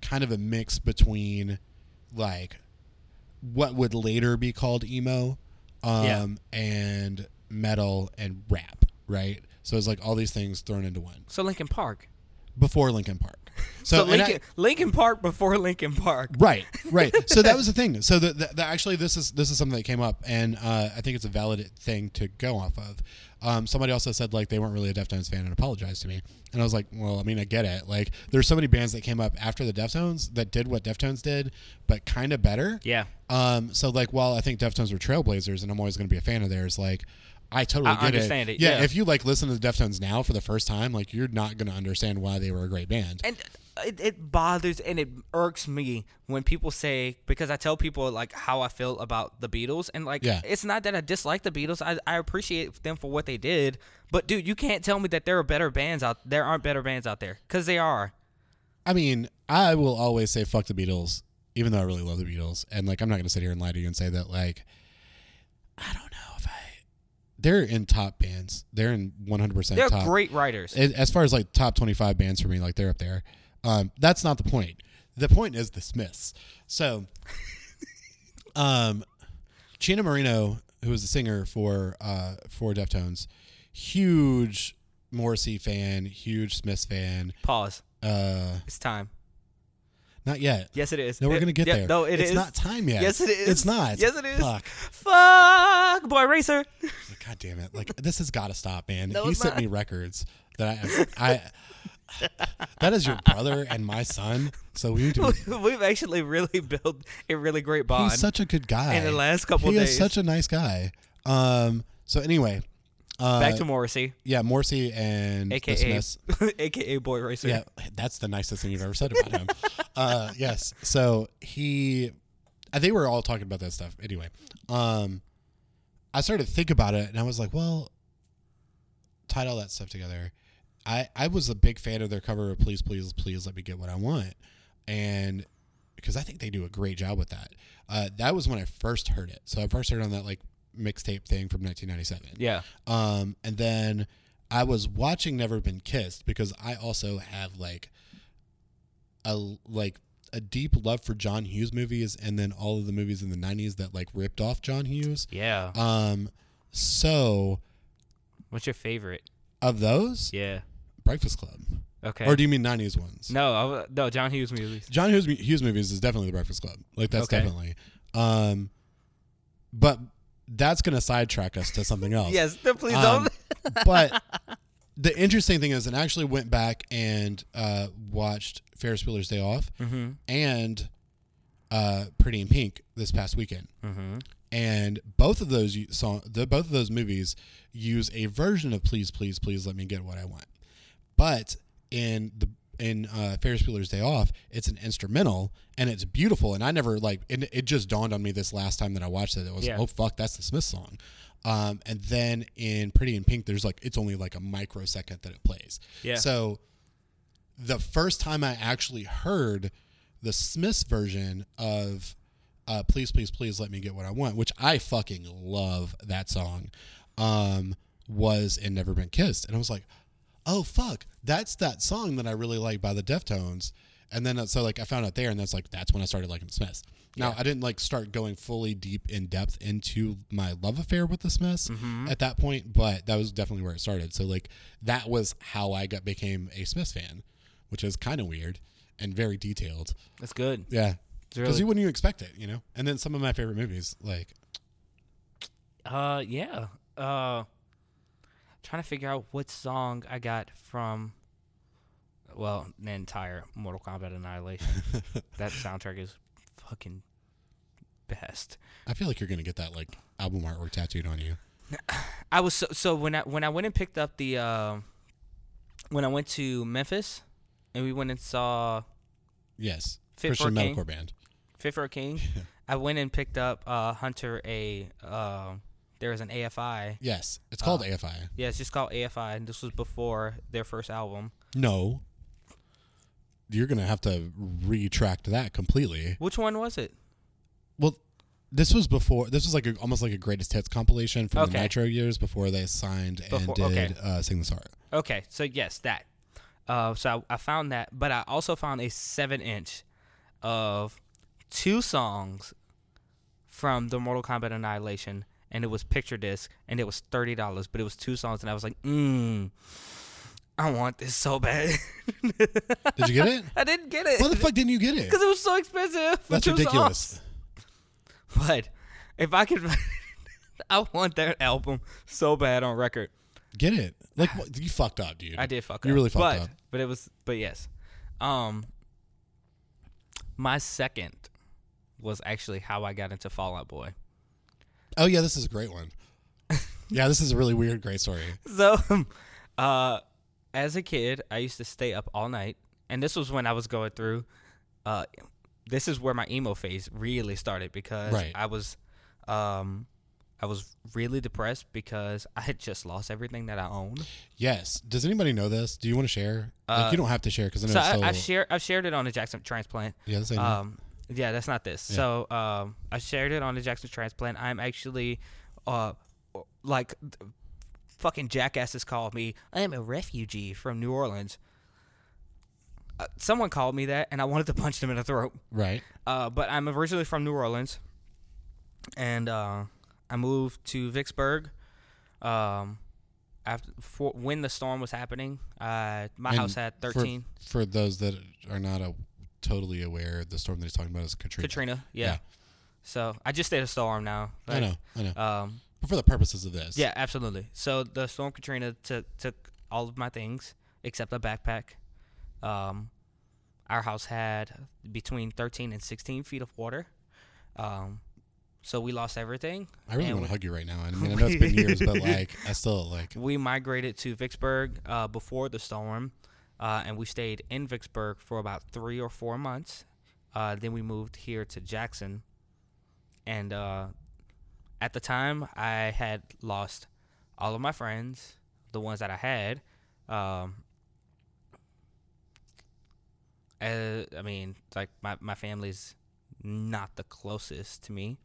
Speaker 1: kind of a mix between like what would later be called emo um
Speaker 2: Yeah.
Speaker 1: and metal and rap right so it's like all these things thrown into one
Speaker 2: so Lincoln Park.
Speaker 1: before Lincoln Park.
Speaker 2: So,
Speaker 1: and I-
Speaker 2: Lincoln, Lincoln Park before Lincoln Park.
Speaker 1: Right, right. So that was the thing. So the, the, the actually, this is this is something that came up, and uh, I think it's a valid thing to go off of. Um, somebody also said like they weren't really a Deftones fan and apologized to me, and I was like, well, I mean, I get it. Like, there's so many bands that came up after the Deftones that did what Deftones did, but kind of better.
Speaker 2: Yeah.
Speaker 1: Um, so like, while I think Deftones were trailblazers, and I'm always going to be a fan of theirs, like. I totally
Speaker 2: I
Speaker 1: get
Speaker 2: understand it,
Speaker 1: Yeah,
Speaker 2: yeah.
Speaker 1: if you like listen to the Deftones now for the first time, like you're not going to understand why they were a great band.
Speaker 2: and it, it bothers and it irks me when people say because I tell people like how I feel about the Beatles and like
Speaker 1: Yeah.
Speaker 2: it's not that I dislike the Beatles I, I appreciate them for what they did but dude you can't tell me that there are better bands out there aren't better bands out there because they are
Speaker 1: I mean, I will always say fuck the Beatles, even though I really love the Beatles. And like, I'm not going to sit here and lie to you and say that, like, I don't know if I. They're in top bands. They're in 100%
Speaker 2: they're
Speaker 1: top.
Speaker 2: great writers
Speaker 1: A- As far as like top 25 bands for me, like, they're up there. Um, that's not the point. The point is the Smiths. So, um, Gina Marino, who was the singer for uh, for Deftones, huge Morrissey fan, huge Smiths fan.
Speaker 2: pause
Speaker 1: Uh,
Speaker 2: it's time
Speaker 1: not yet.
Speaker 2: yes it is
Speaker 1: No, we're
Speaker 2: It-
Speaker 1: gonna get
Speaker 2: yeah,
Speaker 1: there.
Speaker 2: no it
Speaker 1: it's
Speaker 2: is.
Speaker 1: not time yet.
Speaker 2: yes it is
Speaker 1: It's not.
Speaker 2: yes it is
Speaker 1: Fuck.
Speaker 2: fuck boy racer
Speaker 1: God damn it! Like this has got to stop, man.
Speaker 2: No,
Speaker 1: he
Speaker 2: it's
Speaker 1: sent
Speaker 2: not.
Speaker 1: me records that I, I, that is your brother and my son. So we need to. Be,
Speaker 2: we've actually really built a really great bond
Speaker 1: he's such a good guy.
Speaker 2: in the last couple
Speaker 1: he
Speaker 2: days
Speaker 1: is such a nice guy. Um. So anyway, uh,
Speaker 2: back to Morrissey
Speaker 1: yeah, Morrissey and the
Speaker 2: aka
Speaker 1: Smiths.
Speaker 2: aka boy racer.
Speaker 1: Yeah, that's the nicest thing you've ever said about him. uh, yes. So he, uh, they were all talking about that stuff. Anyway, um, I started to think about it, and I was like, well, tied all that stuff together. I I was a big fan of their cover of Please Please Please Let Me Get What I Want, and because I think they do a great job with that. Uh, that was when I first heard it. So I first heard it on that like mixtape thing from 1997.
Speaker 2: Yeah.
Speaker 1: Um, and then I was watching Never Been Kissed because I also have like a like a deep love for John Hughes movies and then all of the movies in the 90s that like ripped off John Hughes.
Speaker 2: Yeah.
Speaker 1: Um, so
Speaker 2: What's your favorite?
Speaker 1: of those,
Speaker 2: Yeah.
Speaker 1: Breakfast Club.
Speaker 2: Okay.
Speaker 1: Or do you mean 90s ones?
Speaker 2: no, I w- no, John Hughes movies.
Speaker 1: John Hughes, Hughes movies is definitely the Breakfast Club. Like that's
Speaker 2: Okay.
Speaker 1: definitely. Um, but that's going to sidetrack us to something else.
Speaker 2: Yes, no, please
Speaker 1: Um,
Speaker 2: don't.
Speaker 1: but the interesting thing is, and I actually went back and uh, watched Ferris Bueller's Day Off
Speaker 2: Mm-hmm.
Speaker 1: and uh, Pretty in Pink this past weekend,
Speaker 2: Mm-hmm.
Speaker 1: and both of those u- song, the, both of those movies use a version of "Please, Please, Please Let Me Get What I Want," but in the in uh, Ferris Bueller's Day Off, it's an instrumental and it's beautiful. And I never like it, it just dawned on me this last time that I watched it. It was
Speaker 2: Yeah.
Speaker 1: oh fuck, that's the Smith song. Um, and then in Pretty in Pink, there's like it's only like a microsecond that it plays.
Speaker 2: Yeah.
Speaker 1: So the first time I actually heard the Smiths version of uh, "Please, Please, Please Let Me Get What I Want," which I fucking love that song, um, was in "Never Been Kissed," and I was like, "Oh fuck, that's that song that I really like by the Deftones." And then uh, so like I found out there, and that's like that's when I started liking the Smiths. Now I didn't like start going fully deep in depth into my love affair with the Smiths
Speaker 2: Mm-hmm.
Speaker 1: at that point, but that was definitely where it started. So like that was how I got became a Smiths fan, which is kind of weird and very detailed.
Speaker 2: That's good.
Speaker 1: Yeah.
Speaker 2: It's
Speaker 1: Because
Speaker 2: really-
Speaker 1: you wouldn't you expect it, you know? And then some of my favorite movies, like
Speaker 2: Uh, yeah. Uh, trying to figure out what song I got from. Well, the entire Mortal Kombat Annihilation. that soundtrack is fucking best.
Speaker 1: I feel like you're gonna get that like album artwork tattooed on you.
Speaker 2: I was so, so when I when I went and picked up the uh, when I went to Memphis and we went and saw
Speaker 1: Yes,
Speaker 2: Fit for
Speaker 1: Christian
Speaker 2: a King.
Speaker 1: metalcore band.
Speaker 2: Fifth Row King, I went and picked up uh, Hunter a uh, there was an AFI.
Speaker 1: Yes, it's called
Speaker 2: Uh,
Speaker 1: AFI.
Speaker 2: Yeah, it's just called AFI, and this was before their first album,
Speaker 1: No, you're gonna have to retract that completely.
Speaker 2: which one was it?
Speaker 1: Well, this was before. This was like a, almost like a greatest hits compilation from the
Speaker 2: Okay.
Speaker 1: Nitro years before they signed
Speaker 2: Before-
Speaker 1: and did
Speaker 2: okay.
Speaker 1: uh, Sing the Sorrow.
Speaker 2: Okay, so yes, that. Uh, so I, I found that, but I also found a seven inch of two songs from the Mortal Kombat Annihilation, and it was picture disc, and it was thirty dollars, but it was two songs, and I was like, mm, I want this so bad.
Speaker 1: Did you get it?
Speaker 2: I didn't get it
Speaker 1: Why the
Speaker 2: because
Speaker 1: fuck didn't you get it?
Speaker 2: it was so expensive. for
Speaker 1: That's
Speaker 2: two songs.
Speaker 1: ridiculous.
Speaker 2: But if I could, I want that album so bad on record.
Speaker 1: Get it? Like what- you fucked up, dude.
Speaker 2: I did fuck
Speaker 1: You
Speaker 2: up.
Speaker 1: really fucked
Speaker 2: but,
Speaker 1: up.
Speaker 2: But it was but yes. Um my second was actually how I got into Fallout Boy.
Speaker 1: Oh yeah, this is a great one. yeah, this is a really weird, great story.
Speaker 2: So uh as a kid, I used to stay up all night and this was when I was going through uh this is where my emo phase really started because
Speaker 1: Right.
Speaker 2: I was um I was really depressed because I had just lost everything that I owned.
Speaker 1: Yes. Does anybody know this? Do you want to share? like, you don't have to share because I know
Speaker 2: Uh, So
Speaker 1: it's so.
Speaker 2: I, I've shared I've shared it on the Jackson transplant.
Speaker 1: yeah, this ain't it.
Speaker 2: Um, yeah, that's not this. So um, I shared it on the Jackson transplant. I'm actually, uh, like, th- fucking jackasses called me. I am a refugee from New Orleans. Uh, someone called me that, and I wanted to punch them in the throat.
Speaker 1: right.
Speaker 2: Uh, but I'm originally from New Orleans, and uh, I moved to Vicksburg. Um, after for, when the storm was happening, uh, my
Speaker 1: And
Speaker 2: house had
Speaker 1: for-
Speaker 2: 13
Speaker 1: For, those that are not a, totally aware, the storm that he's talking about is Katrina.
Speaker 2: Katrina. Yeah.
Speaker 1: Yeah.
Speaker 2: So I just stayed a storm now.
Speaker 1: I know. I know.
Speaker 2: know. Um,
Speaker 1: but for the purposes of this,
Speaker 2: Yeah, absolutely. So the storm Katrina took took all of my things except a backpack. Um, our house had between 13 and 16 feet of water. Um, so we lost everything.
Speaker 1: I really
Speaker 2: and
Speaker 1: want
Speaker 2: we-
Speaker 1: to hug you right now. I mean, I know it's been years, but like, I still like.
Speaker 2: We migrated to Vicksburg uh, before the storm, uh, and we stayed in Vicksburg for about three or four months. Uh, then we moved here to Jackson, and uh, at the time, I had lost all of my friends, the ones that I had. Um, uh, I mean, like my my family's not the closest to me,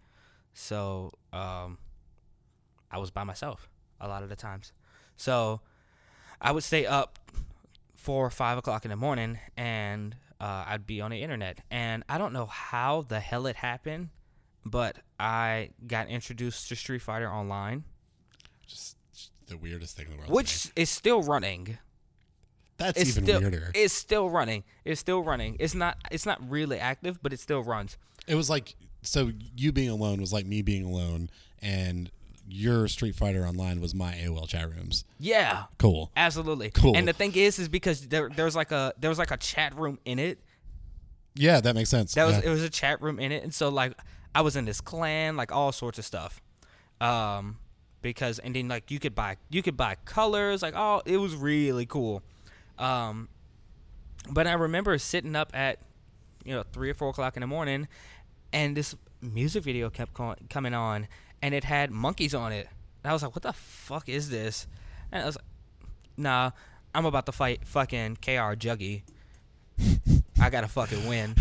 Speaker 2: so um, I was by myself a lot of the times. So I would stay up four or five o'clock in the morning and uh, I'd be on the internet. And I don't know how the hell it happened, but I got introduced to Street Fighter Online,
Speaker 1: Just the weirdest thing in the world. to me.
Speaker 2: which is still running.
Speaker 1: that's
Speaker 2: It's
Speaker 1: even
Speaker 2: still
Speaker 1: weirder. It,
Speaker 2: it's still running. It's still running. It's not it's not really active, but it still runs.
Speaker 1: was like so you being alone was like me being alone, and your Street Fighter Online was my AOL chat rooms.
Speaker 2: Yeah.
Speaker 1: Cool.
Speaker 2: Absolutely.
Speaker 1: Cool.
Speaker 2: And the thing is is because there there's like a there was like a chat room in it
Speaker 1: Yeah, that makes sense.
Speaker 2: That was
Speaker 1: Yeah.
Speaker 2: it was a chat room in it, and so like I was in this clan, like all sorts of stuff, um, because and then like you could buy you could buy colors, like oh it was really cool, um, but I remember sitting up at you know three or four o'clock in the morning, and this music video kept co- coming on, and it had monkeys on it, and I was like, what the fuck is this? And I was like, nah, I'm about to fight fucking Kr Juggy. I gotta fucking win.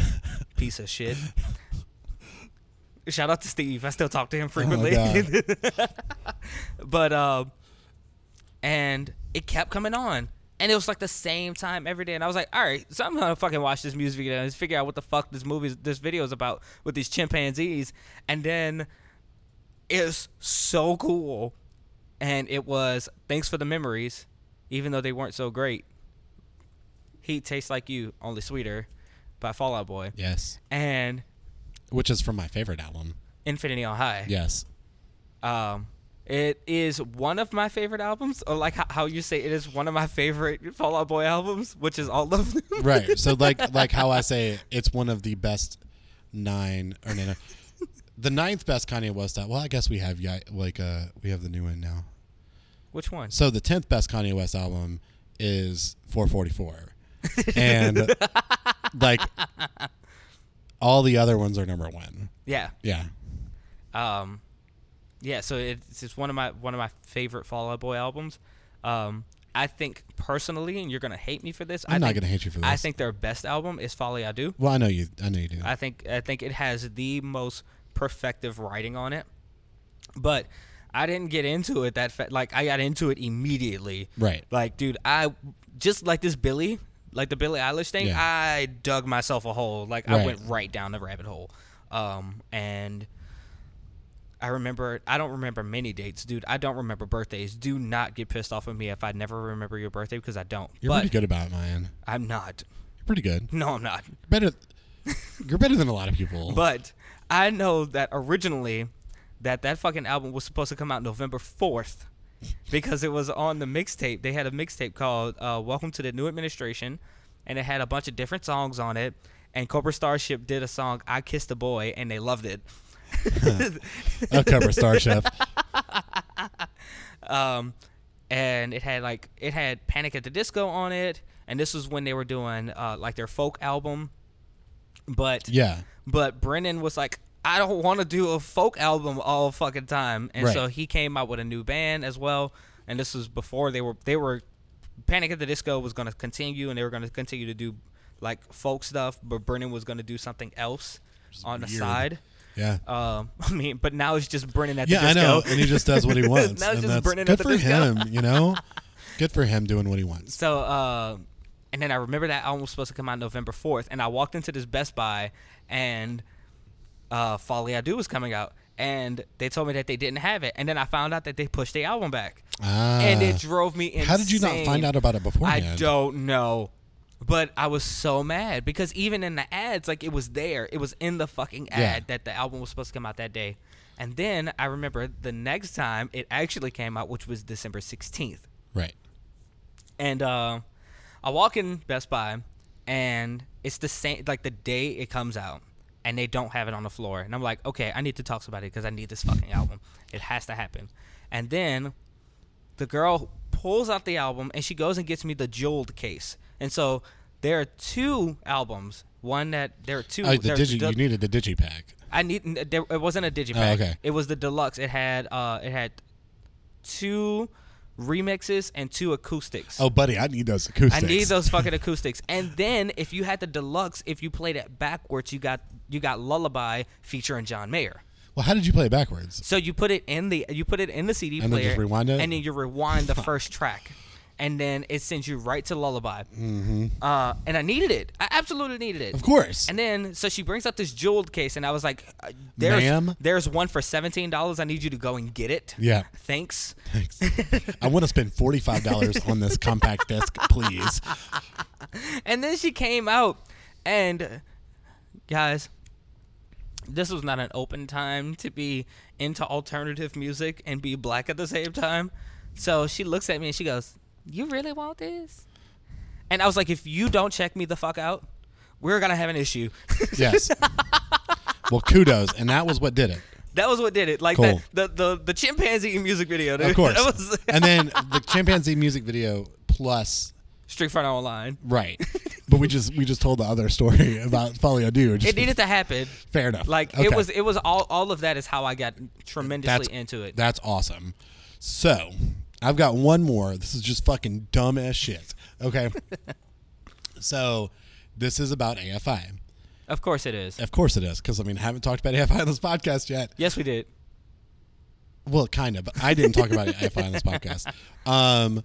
Speaker 2: Piece of shit. Shout out to Steve. I still talk to him
Speaker 1: Oh
Speaker 2: frequently. but um and it kept coming on. And it was like the same time every day. And I was like, all right, so I'm gonna fucking watch this music video and just figure out what the fuck this movie this video is about with these chimpanzees. And then it's so cool. And it was thanks for the memories, even though they weren't so great. Heat tastes like you, only sweeter, by Fallout Boy,
Speaker 1: yes,
Speaker 2: and
Speaker 1: which is from my favorite album.
Speaker 2: Infinity on High.
Speaker 1: Yes,
Speaker 2: Um, it is one of my favorite albums, or like how, how you say it is one of my favorite Fallout Boy albums, which is all of them.
Speaker 1: right. So like like how I say it's one of the best nine or no, no the ninth best Kanye West album. Well, I guess we have yeah, like uh we have the new one now.
Speaker 2: Which one?
Speaker 1: So the tenth best Kanye West album is 444, and like all the other ones are number one.
Speaker 2: Yeah.
Speaker 1: Yeah,
Speaker 2: Um, yeah. So it's, it's one of my one of my favorite Fallout Boy albums. Um, I think personally, and you're gonna hate me for this.
Speaker 1: I'm
Speaker 2: I
Speaker 1: not
Speaker 2: think-
Speaker 1: gonna hate you for
Speaker 2: I
Speaker 1: this.
Speaker 2: think their best album is Folly I Do.
Speaker 1: Well, I know you. I know you do.
Speaker 2: I think I think it has the most perfective writing on it. But I didn't get into it that fa- like I got into it immediately.
Speaker 1: Right.
Speaker 2: Like, dude, I just like this Billy, like the Billie Eilish thing.
Speaker 1: Yeah.
Speaker 2: I dug myself a hole. Like I
Speaker 1: Right.
Speaker 2: went right down the rabbit hole, um, and I remember. I don't remember many dates, dude. I don't remember birthdays. Do not get pissed off at me if I never remember your birthday because I don't.
Speaker 1: You're
Speaker 2: but
Speaker 1: pretty good about it, man.
Speaker 2: I'm not.
Speaker 1: You're pretty good.
Speaker 2: No, I'm not.
Speaker 1: Better. You're better than a lot of people.
Speaker 2: But I know that originally that that fucking album was supposed to come out November 4th because it was on the mixtape. They had a mixtape called uh, Welcome to the New Administration and it had a bunch of different songs on it and Cobra Starship did a song I Kissed a Boy and they loved it.
Speaker 1: a cover starship.
Speaker 2: Um and it had like it had Panic at the Disco on it and this was when they were doing uh, like their folk album. But
Speaker 1: Yeah.
Speaker 2: But Brennan was like, I don't want to do a folk album all fucking time, and
Speaker 1: Right.
Speaker 2: so he came out with a new band as well. And this was before they were they were Panic at the Disco was going to continue, and they were going to continue to do like folk stuff, but Brennan was going to do something else on the
Speaker 1: weird.
Speaker 2: side.
Speaker 1: Yeah.
Speaker 2: Um, I mean, but now it's just Brennan at
Speaker 1: yeah,
Speaker 2: the
Speaker 1: I
Speaker 2: disco.
Speaker 1: know. And he just does what he wants.
Speaker 2: Now
Speaker 1: and
Speaker 2: it's just
Speaker 1: that's
Speaker 2: Brennan
Speaker 1: good
Speaker 2: at the
Speaker 1: for
Speaker 2: disco.
Speaker 1: him, you know? Good for him doing what he wants.
Speaker 2: So, uh, and then I remember that album was supposed to come out November 4th, and I walked into this Best Buy, and uh, Folly I Do was coming out, and they told me that they didn't have it, and then I found out that they pushed the album back,
Speaker 1: Ah.
Speaker 2: and it drove me insane.
Speaker 1: How did you not find out about it beforehand?
Speaker 2: I don't know. But I was so mad because even in the ads, like it was there. It was in the fucking ad
Speaker 1: Yeah.
Speaker 2: that the album was supposed to come out that day. And then I remember the next time it actually came out, which was December 16th.
Speaker 1: Right.
Speaker 2: And uh, I walk in Best Buy, and it's the same like the day it comes out, and they don't have it on the floor. And I'm like, okay, I need to talk to somebody because I need this fucking album. It has to happen. And then the girl pulls out the album, and she goes and gets me the jeweled case. And so there are two albums. One that there are two.
Speaker 1: Oh, the
Speaker 2: there's
Speaker 1: digi,
Speaker 2: the-
Speaker 1: you needed the digi pack.
Speaker 2: I need. n- There, it wasn't a digipack.
Speaker 1: Oh, okay.
Speaker 2: It was the deluxe. It had. Uh, it had two remixes and two acoustics.
Speaker 1: Oh, buddy, I need those acoustics.
Speaker 2: I need those fucking acoustics. And then if you had the deluxe, if you played it backwards, you got you got Lullaby featuring John Mayer.
Speaker 1: Well, how did you play it backwards?
Speaker 2: So you put it in the you put it in the CD
Speaker 1: And then
Speaker 2: player,
Speaker 1: just rewind it?
Speaker 2: and then you rewind the first track, and then it sends you right to Lullaby. Mm-hmm. Uh, and I needed it. I absolutely needed it.
Speaker 1: Of course.
Speaker 2: And then so she brings out this jeweled case, and I was like, uh, "There's
Speaker 1: Ma'am?
Speaker 2: there's one for seventeen dollars. I need you to go and get it."
Speaker 1: Yeah.
Speaker 2: Thanks.
Speaker 1: Thanks. I want to spend $45 on this compact disc, please.
Speaker 2: And then she came out, and guys, this was not an open time to be into alternative music and be black at the same time. So she looks at me and she goes, "You really want this?" And I was like, "If you don't check me the fuck out, we're gonna have an issue."
Speaker 1: Yes. well, kudos. And that was what did it.
Speaker 2: that was what did it. Like
Speaker 1: Cool.
Speaker 2: that, the the the chimpanzee music video. Dude.
Speaker 1: Of course.
Speaker 2: that was
Speaker 1: and then the chimpanzee music video plus
Speaker 2: Street Fighter Online.
Speaker 1: right. But we just we just told the other story about Folly Adu. Just,
Speaker 2: It needed to happen.
Speaker 1: fair enough.
Speaker 2: Like it
Speaker 1: Okay.
Speaker 2: was. It was all. All of that is how I got tremendously into it.
Speaker 1: That's awesome. So I've got one more. This is just fucking dumb as shit. Okay. so this is about AFI.
Speaker 2: Of course, it is.
Speaker 1: Of course it is, because I mean I haven't talked about AFI on this podcast yet.
Speaker 2: Yes, we did.
Speaker 1: Well, kind of, but I didn't talk about AFI on this podcast. Um,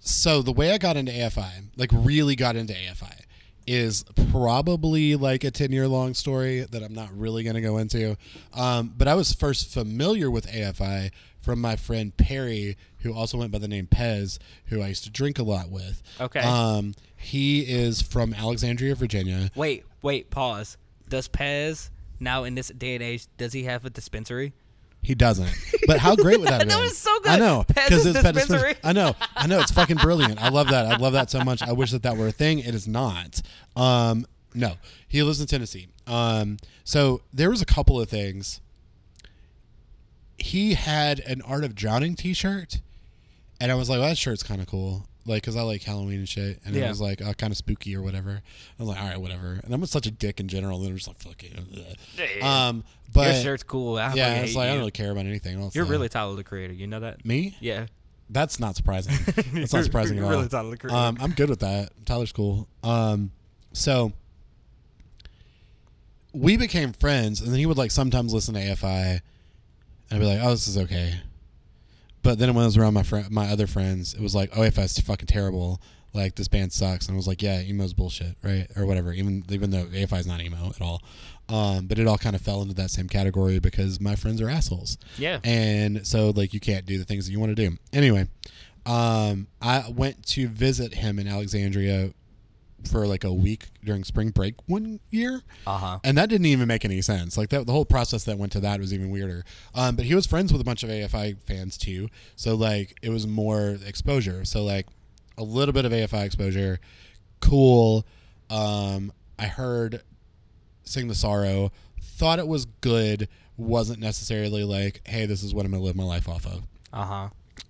Speaker 1: so the way I got into AFI, like really got into AFI, is probably like a ten year long story that I'm not really going to go into. Um, but I was first familiar with AFI from my friend Perry, who also went by the name Pez, who I used to drink a lot with.
Speaker 2: Okay.
Speaker 1: Um, he is from Alexandria, Virginia.
Speaker 2: Wait, wait, pause. Does Pez now in this day and age does he have a dispensary?
Speaker 1: He doesn't. But how great would that have
Speaker 2: That
Speaker 1: been?
Speaker 2: was so good.
Speaker 1: I know.
Speaker 2: Pez's
Speaker 1: 'cause it's Pez
Speaker 2: dispensary.
Speaker 1: I know. I know. It's fucking brilliant. I love that. I love that so much. I wish that that were a thing. It is not. Um, no. He lives in Tennessee. Um, so there was a couple of things. He had an Art of Drowning T-shirt, and I was like, well, "That shirt's kind of cool." Like, cause I like Halloween and shit, and it
Speaker 2: Yeah.
Speaker 1: was like uh, kind of spooky or whatever. I was like, "All right, whatever." And I'm such a dick in general, and I'm just like, "Fuck it." bleh." Um, but
Speaker 2: Your shirt's cool. I
Speaker 1: yeah,
Speaker 2: yeah,
Speaker 1: it's like I don't really care about anything else.
Speaker 2: You're
Speaker 1: now.
Speaker 2: really Tyler the Creator. You know that?
Speaker 1: me.
Speaker 2: Yeah.
Speaker 1: That's not surprising. That's not surprising at
Speaker 2: You're
Speaker 1: all.
Speaker 2: really Tyler the Creator.
Speaker 1: Um, I'm good with that. Tyler's cool. Um, so we became friends, and then he would like sometimes listen to AFI, and I'd be like, "Oh, this is okay." But then when I was around my friend, my other friends, it was like, "Oh, AFI is fucking terrible." like this band sucks, and I was like, yeah, emo's bullshit, right, or whatever. Even even though AFI is not emo at all, um, but it all kind of fell into that same category because my friends are assholes.
Speaker 2: Yeah.
Speaker 1: and so like you can't do the things that you want to do. Anyway, um, I went to visit him in Alexandria for like a week during spring break one year.
Speaker 2: Uh huh.
Speaker 1: And that didn't even make any sense. Like that, the whole process that went to that was even weirder. Um, but he was friends with a bunch of AFI fans too, so like it was more exposure. So like a little bit of AFI exposure, cool. Um, I heard "Sing the Sorrow," thought it was good. Wasn't necessarily like, hey, this is what I'm gonna live my life off of.
Speaker 2: Uh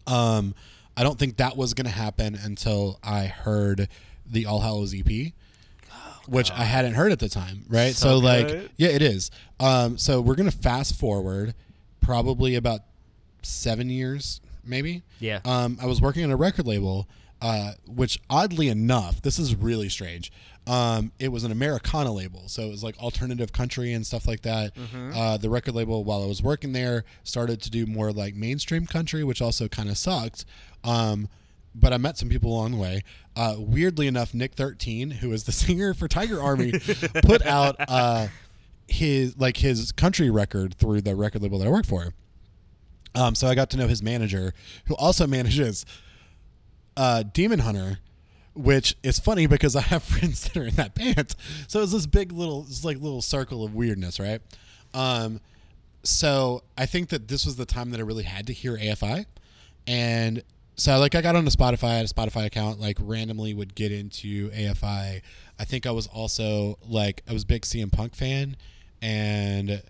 Speaker 2: huh.
Speaker 1: Um, I don't think that was going to happen until I heard the All Hallows EP, which I hadn't heard at the time, right? So,
Speaker 2: So
Speaker 1: like,
Speaker 2: good.
Speaker 1: yeah, it is. Um, so we're going to fast forward probably about seven years, maybe.
Speaker 2: Yeah.
Speaker 1: Um, I was working on a record label, uh, which oddly enough, this is really strange. Um, it was an Americana label, so it was like alternative country and stuff like that. Uh, the record label, while I was working there, started to do more like mainstream country, which also kind of sucked. Um, but I met some people along the way. Uh, weirdly enough, Nick Thirteen, who is the singer for Tiger Army, put out uh, his like his country record through the record label that I work for. Um, so I got to know his manager, who also manages uh, Demon Hunter, which is funny because I have friends that are in that band. So it's this big little, it's like little circle of weirdness, right? Um, so I think that this was the time that I really had to hear AFI, and so like I got on a Spotify, I had a Spotify account, like randomly would get into AFI. I think I was also like I was a big CM Punk fan, and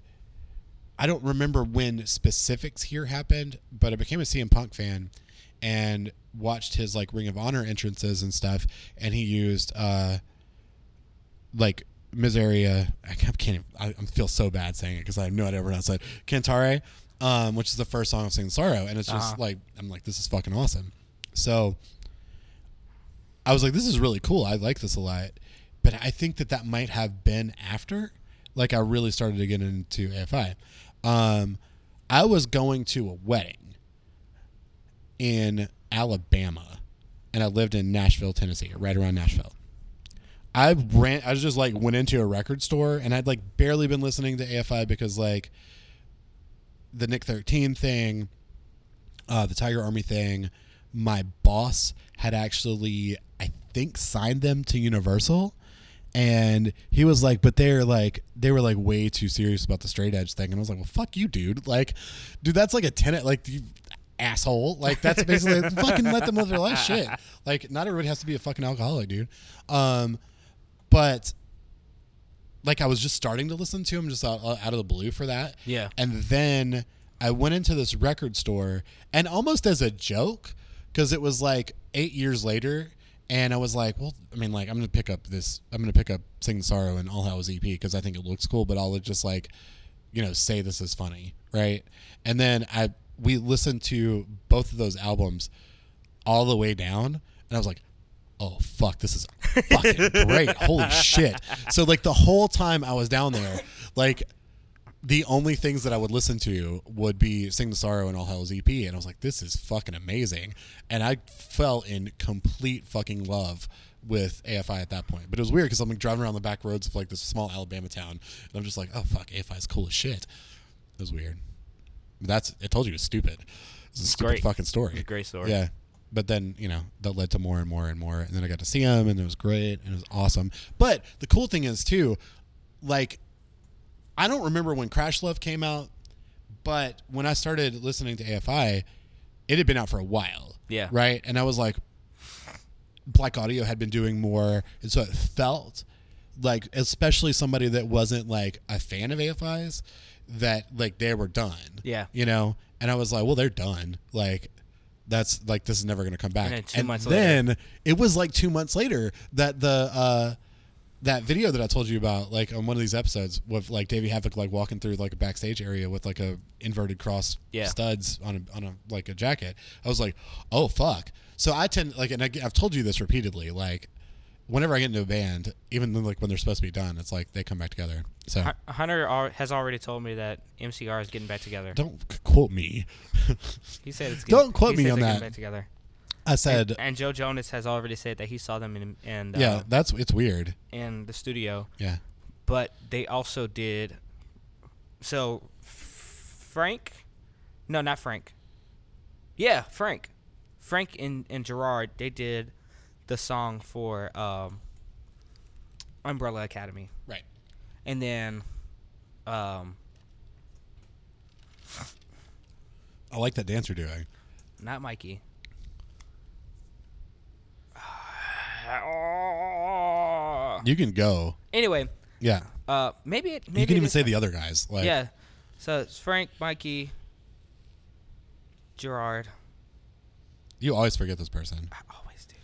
Speaker 1: I don't remember when specifics here happened, but I became a CM Punk fan and watched his like Ring of Honor entrances and stuff, and he used uh like Miseria. I can't. I can't even- I, I feel so bad saying it because I have no idea how to pronounce it. Cantare, um, which is the first song of Sing Sorrow, and it's just
Speaker 2: Uh-huh.
Speaker 1: like I'm like this is fucking awesome. So I was like, this is really cool. I like this a lot. But I think that that might have been after, like, I really started to get into AFI. Um, I was going to a wedding in Alabama, and I lived in Nashville, Tennessee, right around Nashville. I ran. I just like went into a record store, and I'd like barely been listening to AFI because like the Nick Thirteen thing, uh, the Tiger Army thing. My boss had actually, I think, signed them to Universal, and he was like, "But they're like, they were like way too serious about the straight edge thing," and I was like, "Well, fuck you, dude! Like, dude, that's like a tenant, like you asshole! Like, that's basically fucking let them live their life, shit! Like, not everybody has to be a fucking alcoholic, dude." Um, but like I was just starting to listen to him just out, out of the blue for that.
Speaker 2: Yeah.
Speaker 1: And then I went into this record store and almost as a joke because it was like 8 years later and I was like, well, I mean like I'm going to pick up this I'm going to pick up Sing the Sorrow and All Hallows EP because I think it looks cool, but I'll just like you know, say this is funny, right? And then I we listened to both of those albums all the way down, and I was like, "Oh fuck, this is fucking great! Holy shit!" So like the whole time I was down there, like the only things that I would listen to would be "Sing the Sorrow" and "All Hell's EP," and I was like, "This is fucking amazing!" And I fell in complete fucking love with AFI at that point. But it was weird because I'm like driving around the back roads of like this small Alabama town, and I'm just like, "Oh fuck, AFI is cool as shit." It was weird. That's I told you it was stupid. It's a stupid
Speaker 2: great.
Speaker 1: fucking story.
Speaker 2: It's a great story.
Speaker 1: Yeah. But then, you know, that led to more and more and more. And then I got to see him and it was great and it was awesome. But the cool thing is too, like I don't remember when Crash Love came out, but when I started listening to AFI, it had been out for a while.
Speaker 2: Yeah.
Speaker 1: Right? And I was like, Black Audio had been doing more, and so it felt like, especially somebody that wasn't like a fan of AFI's, that like they were done.
Speaker 2: Yeah.
Speaker 1: you know. And I was like, well, they're done. Like, that's like this is never gonna come back.
Speaker 2: And then two months later.
Speaker 1: then it was like two months later that the uh, that video that I told you about, like on one of these episodes, with like Davey Havoc like walking through like a backstage area with like a inverted cross
Speaker 2: Yeah.
Speaker 1: studs on a, on a like a jacket. I was like, oh fuck. So I tend like, and I, have told you this repeatedly, like. Whenever I get into a band, even like when they're supposed to be done, it's like they come back together. So
Speaker 2: Hun- Hunter al- has already told me that MCR is getting back together.
Speaker 1: don't c- quote me.
Speaker 2: He said it's.
Speaker 1: Don't
Speaker 2: get-
Speaker 1: quote
Speaker 2: he
Speaker 1: me
Speaker 2: said
Speaker 1: on
Speaker 2: they're getting
Speaker 1: that.
Speaker 2: Back together.
Speaker 1: I said,
Speaker 2: and, and Joe Jonas has already said that he saw them in in, uh,
Speaker 1: yeah, that's it's weird.
Speaker 2: in the studio,
Speaker 1: Yeah,
Speaker 2: but they also did. So, Frank, no, not Frank. Yeah, Frank, Frank and and Gerard they did the song for um, Umbrella Academy.
Speaker 1: right.
Speaker 2: And then, um,
Speaker 1: I like that dance you're doing.
Speaker 2: not Mikey.
Speaker 1: You can go.
Speaker 2: Anyway,
Speaker 1: Yeah,
Speaker 2: uh, maybe it. Maybe
Speaker 1: you can
Speaker 2: it
Speaker 1: even
Speaker 2: is
Speaker 1: say the other guys. Like,
Speaker 2: yeah. So it's Frank, Mikey, Gerard.
Speaker 1: you always forget this person.
Speaker 2: I always do.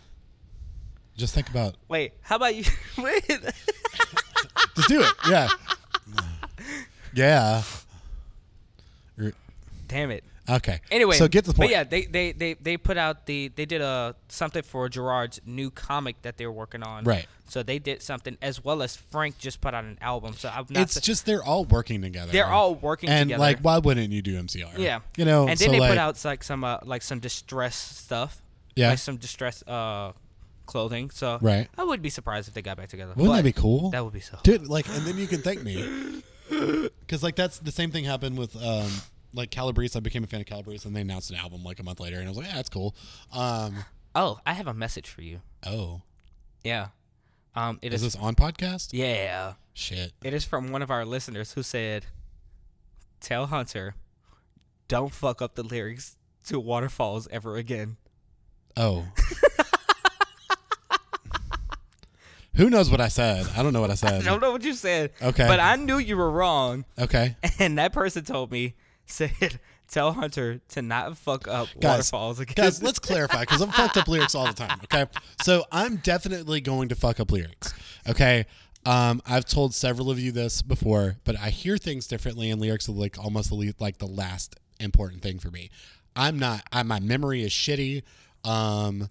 Speaker 1: Just think about.
Speaker 2: Wait, how about you? Wait.
Speaker 1: Just do it. Yeah. yeah. You're-
Speaker 2: Damn it.
Speaker 1: Okay.
Speaker 2: Anyway,
Speaker 1: so get to the point.
Speaker 2: But yeah, they, they they they put out the they did a something for Gerard's new comic that they were working on.
Speaker 1: Right.
Speaker 2: So they did something as well as Frank just put out an album. So I'm not.
Speaker 1: it's
Speaker 2: sa-
Speaker 1: just they're all working together.
Speaker 2: they're all working
Speaker 1: and
Speaker 2: together.
Speaker 1: like, why wouldn't you do MCR?
Speaker 2: yeah.
Speaker 1: You know.
Speaker 2: And then
Speaker 1: so
Speaker 2: they
Speaker 1: like,
Speaker 2: put out like some uh, like some distress stuff.
Speaker 1: Yeah.
Speaker 2: Like some distress uh clothing. So
Speaker 1: Right.
Speaker 2: I would be surprised if they got back together.
Speaker 1: Wouldn't that
Speaker 2: But
Speaker 1: be cool?
Speaker 2: That would be so.
Speaker 1: dude like and then you can thank me because like that's the same thing happened with um like calabrese i became a fan of calabrese and they announced an album like a month later and i was like yeah that's cool um
Speaker 2: Oh, I have a message for you.
Speaker 1: oh
Speaker 2: Yeah. Um it
Speaker 1: is
Speaker 2: is,
Speaker 1: this on podcast
Speaker 2: yeah.
Speaker 1: shit
Speaker 2: It is from one of our listeners who said Tell Hunter don't fuck up the lyrics to Waterfalls ever again.
Speaker 1: oh who knows what i said i don't know what i said
Speaker 2: I don't know what you said.
Speaker 1: Okay.
Speaker 2: But I knew you were wrong
Speaker 1: okay
Speaker 2: and that person told me said Tell Hunter to not fuck up
Speaker 1: Guys,
Speaker 2: Waterfalls again.
Speaker 1: Guys, let's clarify because I'm fucked up lyrics all the time. Okay, so I'm definitely going to fuck up lyrics. Okay, um, I've told several of you this before, but I hear things differently, and lyrics are like almost the le- like the last important thing for me. I'm not. I, my memory is shitty. Um,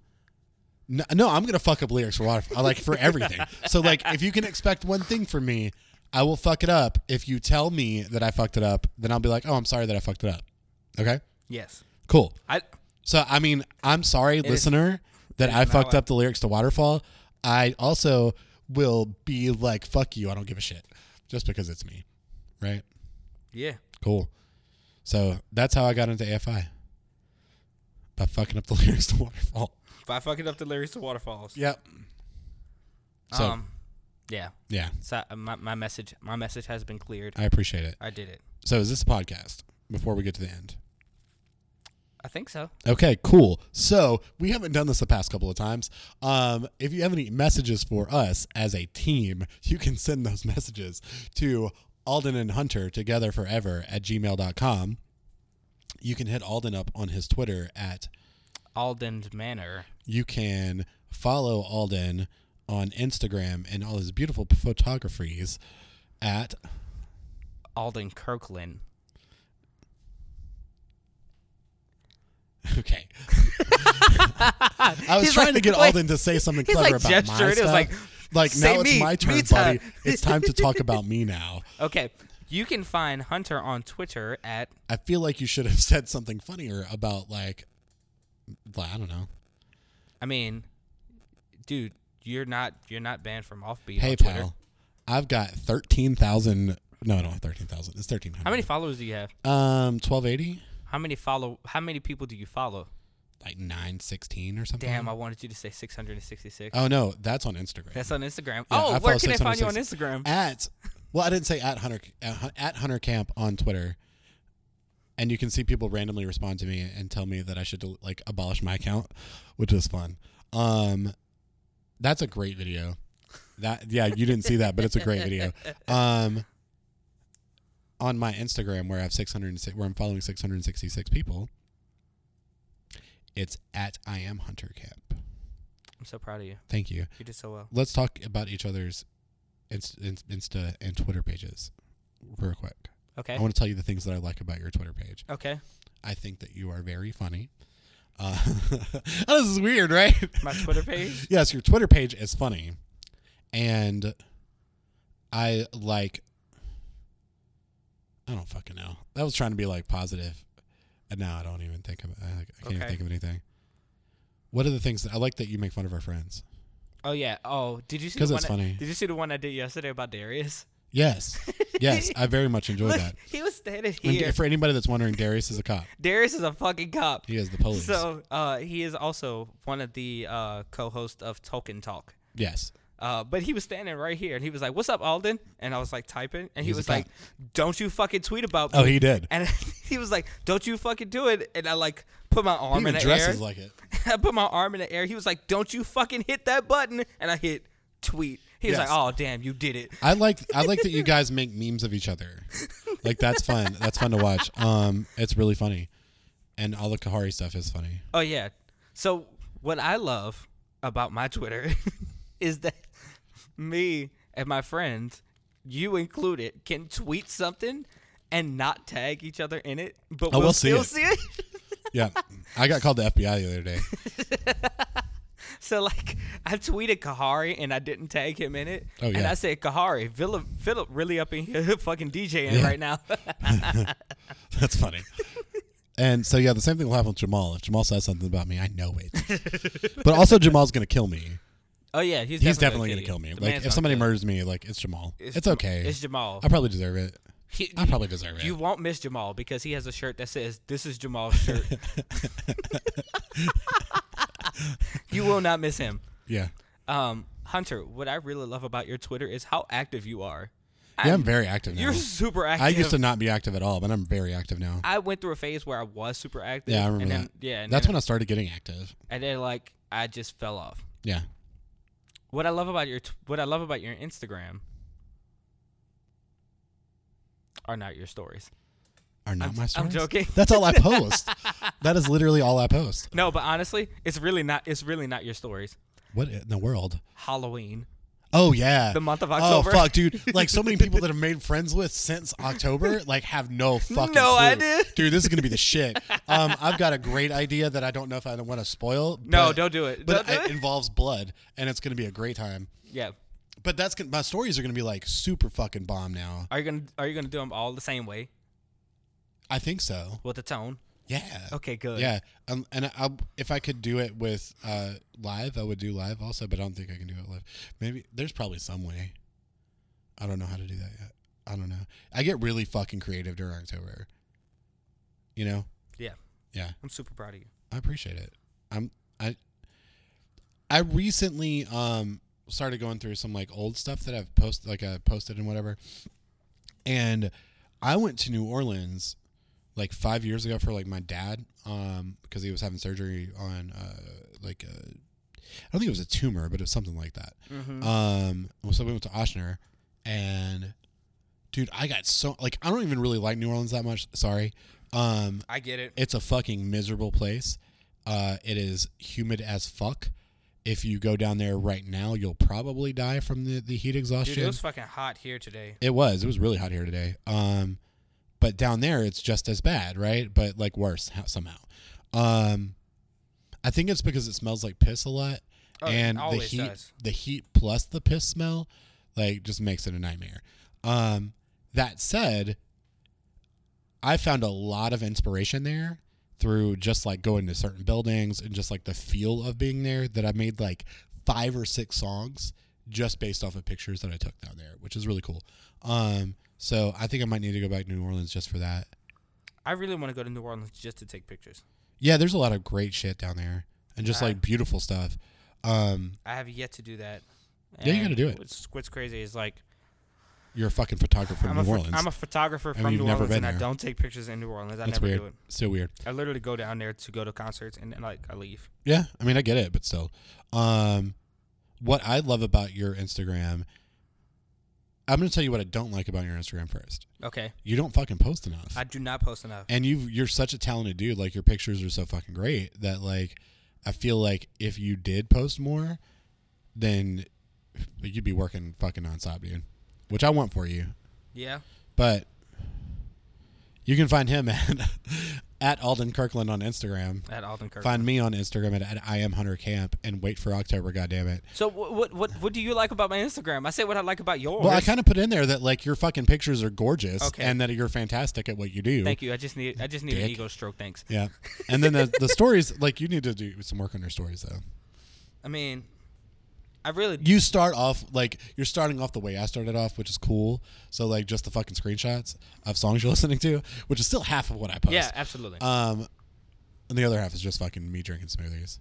Speaker 1: no, no, I'm gonna fuck up lyrics for waterfall. Like for everything. So like, if you can expect one thing from me, I will fuck it up. If you tell me that I fucked it up, then I'll be like, oh, I'm sorry that I fucked it up. Okay,
Speaker 2: yes.
Speaker 1: cool.
Speaker 2: I
Speaker 1: So I mean, I'm sorry, listener, that I
Speaker 2: not
Speaker 1: fucked
Speaker 2: like-
Speaker 1: up the lyrics to Waterfall. I also will be like, "Fuck you," I don't give a shit, just because it's me, right?
Speaker 2: yeah.
Speaker 1: Cool. So that's how I got into AFI by fucking up the lyrics to Waterfall.
Speaker 2: By fucking up the lyrics to Waterfalls.
Speaker 1: Yep. So
Speaker 2: Um, yeah.
Speaker 1: yeah,
Speaker 2: So uh, my, my message my message has been cleared.
Speaker 1: I appreciate it.
Speaker 2: I did it.
Speaker 1: So is this a podcast? Before we get to the end.
Speaker 2: I think so.
Speaker 1: Okay, cool. So we haven't done this the past couple of times. Um, if you have any messages for us as a team, you can send those messages to Alden and Hunter together forever at gmail.com. You can hit Alden up on his Twitter at
Speaker 2: Alden's Manor.
Speaker 1: you can follow Alden on Instagram and all his beautiful photographies at
Speaker 2: Alden Kirkland.
Speaker 1: okay. I was
Speaker 2: He's
Speaker 1: trying
Speaker 2: like-
Speaker 1: to get
Speaker 2: like-
Speaker 1: Alden to say something
Speaker 2: he's
Speaker 1: clever
Speaker 2: like
Speaker 1: about my
Speaker 2: gesturing. It was
Speaker 1: stuff.
Speaker 2: like,
Speaker 1: Like,
Speaker 2: "Say
Speaker 1: now it's
Speaker 2: me,
Speaker 1: my
Speaker 2: me
Speaker 1: turn,
Speaker 2: time."
Speaker 1: buddy. It's time to talk about me now.
Speaker 2: Okay. You can find Hunter on Twitter at
Speaker 1: I feel like you should have said something funnier about like, like, I don't know.
Speaker 2: I mean, dude, you're not you're not banned from Offbeat
Speaker 1: Hey
Speaker 2: on Twitter.
Speaker 1: pal, I've got thirteen thousand. No, I don't have thirteen thousand. It's thirteen hundred.
Speaker 2: How many followers do you have?
Speaker 1: Um, twelve eighty,
Speaker 2: How many follow how many people do you follow?
Speaker 1: like nine sixteen or something.
Speaker 2: Damn, I wanted you to say 666.
Speaker 1: Mm. oh no, that's on Instagram.
Speaker 2: That's on
Speaker 1: Yeah,
Speaker 2: Instagram. oh,
Speaker 1: I
Speaker 2: where
Speaker 1: follow
Speaker 2: can I find you on
Speaker 1: 666.
Speaker 2: Instagram?
Speaker 1: at well i didn't say at hunter at Hun- at hunter camp on twitter and you can see people randomly respond to me and tell me that i should like abolish my account which is fun um that's a great video that yeah you didn't see that but it's a great video um on my instagram where i have 606 where i'm following 666 people it's at i am hunter camp
Speaker 2: I'm so proud of you.
Speaker 1: thank you
Speaker 2: You did so well.
Speaker 1: let's talk about each other's Inst- Inst- Insta and Twitter pages real quick.
Speaker 2: Okay.
Speaker 1: I want to tell you the things that I like about your Twitter page.
Speaker 2: Okay.
Speaker 1: I think that you are very funny. Uh, this is weird, right?
Speaker 2: My Twitter page?
Speaker 1: yes, your Twitter page is funny, and I like. I don't fucking know. That was trying to be like positive, and now I don't even think of. I, I can't even
Speaker 2: Okay.
Speaker 1: think of anything. What are the things that I like that you make fun of our friends?
Speaker 2: Oh yeah. Oh, did you see?
Speaker 1: 'Cause
Speaker 2: the
Speaker 1: it's
Speaker 2: one that-
Speaker 1: funny.
Speaker 2: did you see the one I did yesterday about Darius?
Speaker 1: Yes, yes, I very much enjoyed
Speaker 2: Look,
Speaker 1: that.
Speaker 2: he was standing
Speaker 1: And
Speaker 2: here.
Speaker 1: for anybody that's wondering, Darius is a cop.
Speaker 2: Darius is a fucking cop.
Speaker 1: He is the police.
Speaker 2: So uh, he is also one of the uh, co-hosts of Token Talk.
Speaker 1: yes,
Speaker 2: Uh, but he was standing right here, and he was like, "What's up, Alden?" And I was like typing, and he
Speaker 1: He's a
Speaker 2: was
Speaker 1: cop.
Speaker 2: like, "Don't you fucking tweet about me?"
Speaker 1: Oh, he did.
Speaker 2: And he was like, "Don't you fucking do it?" And I like put my
Speaker 1: He
Speaker 2: arm
Speaker 1: even
Speaker 2: in the
Speaker 1: dresses
Speaker 2: air.
Speaker 1: like it.
Speaker 2: I put my arm in the air. He was like, "Don't you fucking hit that button?" And I hit tweet. He was
Speaker 1: Yes.
Speaker 2: like, "Oh damn, you did it."
Speaker 1: I like I like that you guys make memes of each other. Like that's fun. That's fun to watch. Um, it's really funny, and all the Kahari stuff is funny.
Speaker 2: Oh yeah. So what I love about my Twitter is that me and my friends, you included, can tweet something and not tag each other in it, but
Speaker 1: Oh,
Speaker 2: we'll,
Speaker 1: we'll see
Speaker 2: still
Speaker 1: it.
Speaker 2: see it.
Speaker 1: Yeah, I got called the FBI the other day.
Speaker 2: So like, I tweeted Kahari and I didn't tag him in it,
Speaker 1: Oh,
Speaker 2: and
Speaker 1: yeah.
Speaker 2: I said Kahari, Philip, Philip really up in here fucking DJing
Speaker 1: Yeah.
Speaker 2: right now.
Speaker 1: That's funny. And so yeah, the same thing will happen with Jamal. If Jamal says something about me, I know it. but also Jamal's gonna kill me.
Speaker 2: oh yeah, he's,
Speaker 1: He's definitely gonna kill
Speaker 2: you.
Speaker 1: me.
Speaker 2: The
Speaker 1: Like
Speaker 2: man's
Speaker 1: if
Speaker 2: gonna
Speaker 1: somebody
Speaker 2: kill you.
Speaker 1: murders me, like it's Jamal. It's,
Speaker 2: Jam-
Speaker 1: okay.
Speaker 2: It's Jamal.
Speaker 1: I probably deserve it.
Speaker 2: He-
Speaker 1: I probably deserve it.
Speaker 2: You won't miss Jamal because he has a shirt that says "This is Jamal's shirt." you will not miss him,
Speaker 1: yeah.
Speaker 2: um, Hunter. What I really love about your Twitter is how active you are.
Speaker 1: Yeah, I'm very active now.
Speaker 2: You're super active.
Speaker 1: I used to not be active at all, but I'm very active now.
Speaker 2: I went through a phase where I was super active.
Speaker 1: Yeah, I remember
Speaker 2: and then,
Speaker 1: that.
Speaker 2: Yeah, and
Speaker 1: That's
Speaker 2: then,
Speaker 1: when I started getting active.
Speaker 2: and then like I just fell off.
Speaker 1: Yeah.
Speaker 2: What I love about your t- what I love about your Instagram are not your stories.
Speaker 1: Are not
Speaker 2: I'm-
Speaker 1: my
Speaker 2: I'm
Speaker 1: stories.
Speaker 2: joking.
Speaker 1: That's all I post. that is literally all I post.
Speaker 2: No, but honestly, it's really not. It's really not your stories.
Speaker 1: What in the world?
Speaker 2: Halloween.
Speaker 1: Oh yeah.
Speaker 2: The month of
Speaker 1: Oh
Speaker 2: October.
Speaker 1: fuck, dude! Like so many people that have made friends with since October, like have no fucking
Speaker 2: No
Speaker 1: clue.
Speaker 2: idea.
Speaker 1: dude. This is gonna be the shit. Um, I've got a great idea that I don't know if I want to spoil.
Speaker 2: No,
Speaker 1: but-
Speaker 2: don't do it.
Speaker 1: But
Speaker 2: Don't do
Speaker 1: it
Speaker 2: it.
Speaker 1: involves blood, and it's gonna be a great time.
Speaker 2: Yeah.
Speaker 1: But that's gonna, my stories are gonna be like super fucking bomb now.
Speaker 2: Are you gonna Are you gonna do them all the same way
Speaker 1: I think so.
Speaker 2: with the tone?
Speaker 1: Yeah.
Speaker 2: Okay, Oh, good.
Speaker 1: Yeah, um, and I, I'll, if I could do it with uh, live, I would do live also, but I don't think I can do it live. Maybe there's probably some way. I don't know how to do that yet. I don't know. I get really fucking creative during October. You know?
Speaker 2: Yeah.
Speaker 1: Yeah,
Speaker 2: I'm super proud of you.
Speaker 1: I appreciate it. I'm I. I recently um started going through some like old stuff that I've posted, like I posted and whatever, and I went to New Orleans like five years ago for like my dad um because he was having surgery on uh like I I don't think it was a tumor but it was something like that um well, so we went to Oshner and dude I got so like I don't even really like New Orleans that much sorry um
Speaker 2: I get it.
Speaker 1: it's a fucking miserable place uh it is humid as fuck if you go down there right now you'll probably die from the the heat exhaustion
Speaker 2: Dude, it was fucking hot here today.
Speaker 1: it was. It was really hot here today. Um, but down there, it's just as bad, right? But like worse ho- somehow. Um, I think it's because it smells like piss a lot,
Speaker 2: Oh, it
Speaker 1: and the
Speaker 2: always
Speaker 1: heat,
Speaker 2: does.
Speaker 1: the heat plus the piss smell, like just makes it a nightmare. Um, that said, I found a lot of inspiration there through just like going to certain buildings and just like the feel of being there that I made like five or six songs just based off of pictures that I took down there, which is really cool. Um, so I think I might need to go back to New Orleans just for that.
Speaker 2: I really want to go to New Orleans just to take pictures.
Speaker 1: Yeah, there's a lot of great shit down there and just like beautiful stuff. Um,
Speaker 2: I have yet to do that.
Speaker 1: Yeah, you gotta
Speaker 2: And
Speaker 1: do it.
Speaker 2: What's, what's crazy is like
Speaker 1: you're a fucking photographer in
Speaker 2: I'm
Speaker 1: New
Speaker 2: a, pho-
Speaker 1: Orleans.
Speaker 2: I'm a photographer from
Speaker 1: you've
Speaker 2: New
Speaker 1: never
Speaker 2: Orleans
Speaker 1: been
Speaker 2: and I
Speaker 1: there.
Speaker 2: don't take pictures in New Orleans. I
Speaker 1: That's
Speaker 2: never
Speaker 1: weird.
Speaker 2: do it.
Speaker 1: Still weird.
Speaker 2: I literally go down there to go to concerts and, and like I leave.
Speaker 1: Yeah, I mean, I get it, but still, um, what I love about your Instagram, I'm going to tell you what I don't like about your Instagram first.
Speaker 2: Okay.
Speaker 1: You don't fucking post enough,
Speaker 2: I do not post enough.
Speaker 1: and you you're such a talented dude. Like your pictures are so fucking great that like I feel like if you did post more, then you'd be working fucking nonstop, dude. Which I want for you,
Speaker 2: Yeah.
Speaker 1: but you can find him at at Alden Kirkland on Instagram.
Speaker 2: at Alden Kirk.
Speaker 1: Find me on Instagram at, at I am Hunter Camp and wait for October. God damn it.
Speaker 2: So what, what what what do you like about my Instagram? I say what I like about yours.
Speaker 1: Well, I kind of put in there that like your fucking pictures are gorgeous
Speaker 2: Okay.
Speaker 1: and that you're fantastic at what you do.
Speaker 2: Thank you. I just need I just need an
Speaker 1: Dick.
Speaker 2: ego stroke. Thanks.
Speaker 1: Yeah. And then the, the stories, like you need to do some work on your stories though.
Speaker 2: I mean, I really
Speaker 1: You start off like you're starting off the way I started off, which is cool. So like just the fucking screenshots of songs you're listening to, which is still half of what I post.
Speaker 2: yeah absolutely.
Speaker 1: Um, and the other half is just fucking me drinking smoothies.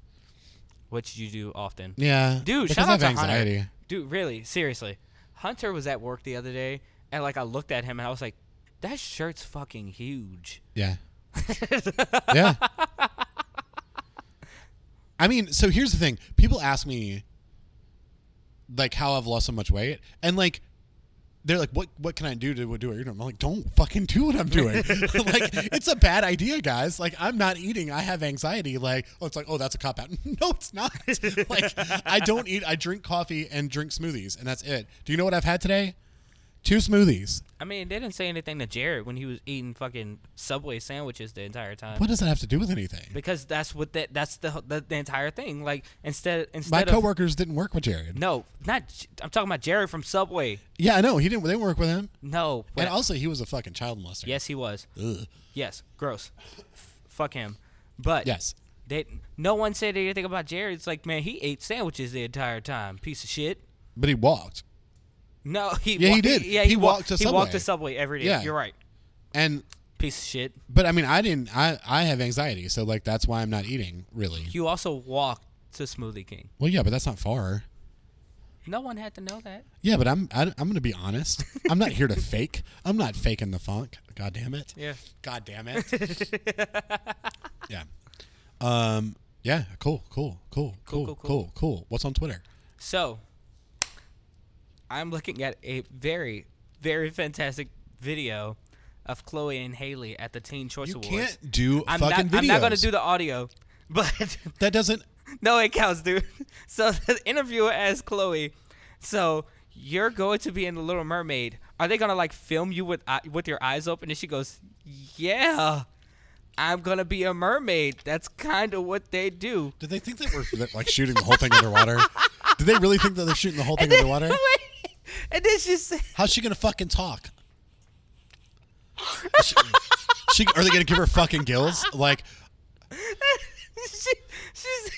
Speaker 2: what you do often.
Speaker 1: Yeah,
Speaker 2: Dude,
Speaker 1: because
Speaker 2: shout
Speaker 1: I have
Speaker 2: out to
Speaker 1: anxiety.
Speaker 2: Hunter. Dude, really, seriously. Hunter was at work the other day, and like I looked at him and I was like, "That shirt's fucking huge."
Speaker 1: Yeah, yeah. I mean, so here's the thing: people ask me, like, how I've lost so much weight, and like, they're like, "What? What can I do to do what you're doing?" I'm like, "Don't fucking do what I'm doing. like, it's a bad idea, guys. Like, I'm not eating. I have anxiety. Like, oh, it's like, oh, that's a cop out. no, it's not. like, I don't eat. I drink coffee and drink smoothies, and that's it. Do you know what I've had today? Two smoothies.
Speaker 2: I mean, they didn't say anything to Jared when he was eating fucking Subway sandwiches the entire time.
Speaker 1: What does that have to do with anything?
Speaker 2: Because that's what that that's the, the the entire thing. Like instead
Speaker 1: My
Speaker 2: instead of
Speaker 1: coworkers didn't work with Jared.
Speaker 2: no, not J- I'm talking about Jared from Subway.
Speaker 1: Yeah, I know he didn't. They didn't work with him.
Speaker 2: No,
Speaker 1: And
Speaker 2: but-
Speaker 1: also, he was a fucking child molester.
Speaker 2: yes, he was.
Speaker 1: Ugh.
Speaker 2: Yes, gross. F- fuck him. But
Speaker 1: Yes.
Speaker 2: They, no one said anything about Jared. It's like, man, he ate sandwiches the entire time. Piece of shit.
Speaker 1: But he walked,
Speaker 2: No, he
Speaker 1: Yeah, he
Speaker 2: walked-
Speaker 1: did.
Speaker 2: Yeah,
Speaker 1: He
Speaker 2: he, wa-
Speaker 1: walked to
Speaker 2: He walked to
Speaker 1: Subway.
Speaker 2: Subway every day.
Speaker 1: Yeah.
Speaker 2: You're right.
Speaker 1: and
Speaker 2: Piece of shit.
Speaker 1: but I mean, I didn't. I I have anxiety, so like that's why I'm not eating really.
Speaker 2: You also walked to Smoothie King.
Speaker 1: Well, yeah, but that's not far.
Speaker 2: No one had to know that.
Speaker 1: Yeah, but I'm I, am i gonna be honest. I'm not here to fake. I'm not faking the funk. God damn it.
Speaker 2: Yeah.
Speaker 1: God damn it. yeah. Um. Yeah. Cool. Cool. Cool. Cool. Cool. Cool.
Speaker 2: cool, cool.
Speaker 1: Cool. What's on Twitter?
Speaker 2: So, I'm looking at a very, very fantastic video of Chloe and Haley at the Teen Choice
Speaker 1: You
Speaker 2: Awards.
Speaker 1: can't do
Speaker 2: I'm
Speaker 1: fucking
Speaker 2: not.
Speaker 1: videos.
Speaker 2: I'm not gonna do the audio, but
Speaker 1: that. Doesn't
Speaker 2: No, it counts, dude. So the interviewer asked Chloe, "So you're going to be in the Little Mermaid? Are they gonna like film you with eye- with your eyes open?" And she goes, "Yeah, I'm gonna be a mermaid. That's kind of what they do."
Speaker 1: Did they think they were that, like shooting the whole thing underwater? Did they really think that they're shooting the whole thing underwater?
Speaker 2: and then she said,
Speaker 1: How's she gonna fucking talk? Is She, she- are they gonna give her fucking gills? Like,
Speaker 2: she, she's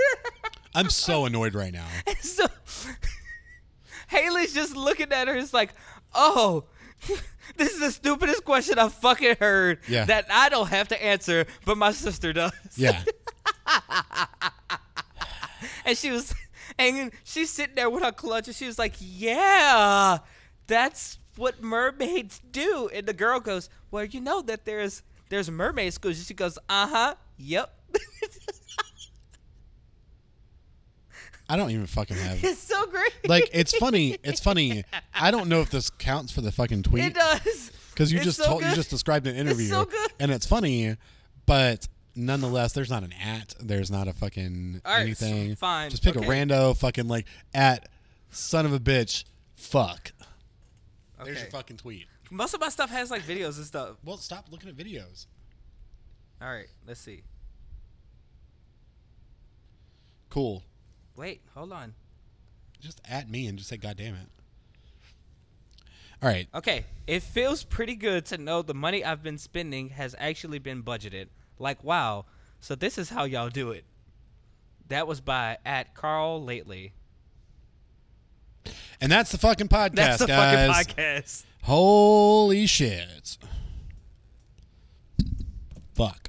Speaker 1: I'm so annoyed right now.
Speaker 2: so Haley's just looking at her. It's like, oh. This is the stupidest question I've fucking heard
Speaker 1: Yeah.
Speaker 2: that I don't have to answer, but my sister does.
Speaker 1: Yeah,
Speaker 2: and she was and she's sitting there with her clutch and she was like yeah that's what mermaids do and the girl goes well you know that there's there's mermaid schools and she goes uh-huh yep
Speaker 1: I don't even fucking have.
Speaker 2: it's so great
Speaker 1: Like, it's funny. It's funny. I don't know if this counts for the fucking
Speaker 2: it
Speaker 1: tweet
Speaker 2: does
Speaker 1: because you
Speaker 2: It's
Speaker 1: just
Speaker 2: so
Speaker 1: told, you
Speaker 2: good.
Speaker 1: just described an interview,
Speaker 2: so good.
Speaker 1: and it's funny, but nonetheless, there's not an at. There's not a fucking
Speaker 2: All right,
Speaker 1: anything.
Speaker 2: fine,
Speaker 1: Just pick a
Speaker 2: okay.
Speaker 1: rando fucking like at son of a bitch. Fuck. There's your
Speaker 2: Okay.
Speaker 1: fucking tweet.
Speaker 2: most of my stuff has like videos and stuff
Speaker 1: Well, stop looking at videos.
Speaker 2: all right let's see
Speaker 1: Cool.
Speaker 2: wait hold on
Speaker 1: Just at me and just say, God damn it. All right.
Speaker 2: okay it feels pretty good to know the money i've been spending has actually been budgeted like wow so this is how y'all do it that was by at carl lately
Speaker 1: And that's the fucking podcast,
Speaker 2: That's the
Speaker 1: guys.
Speaker 2: fucking podcast.
Speaker 1: Holy shit. Fuck.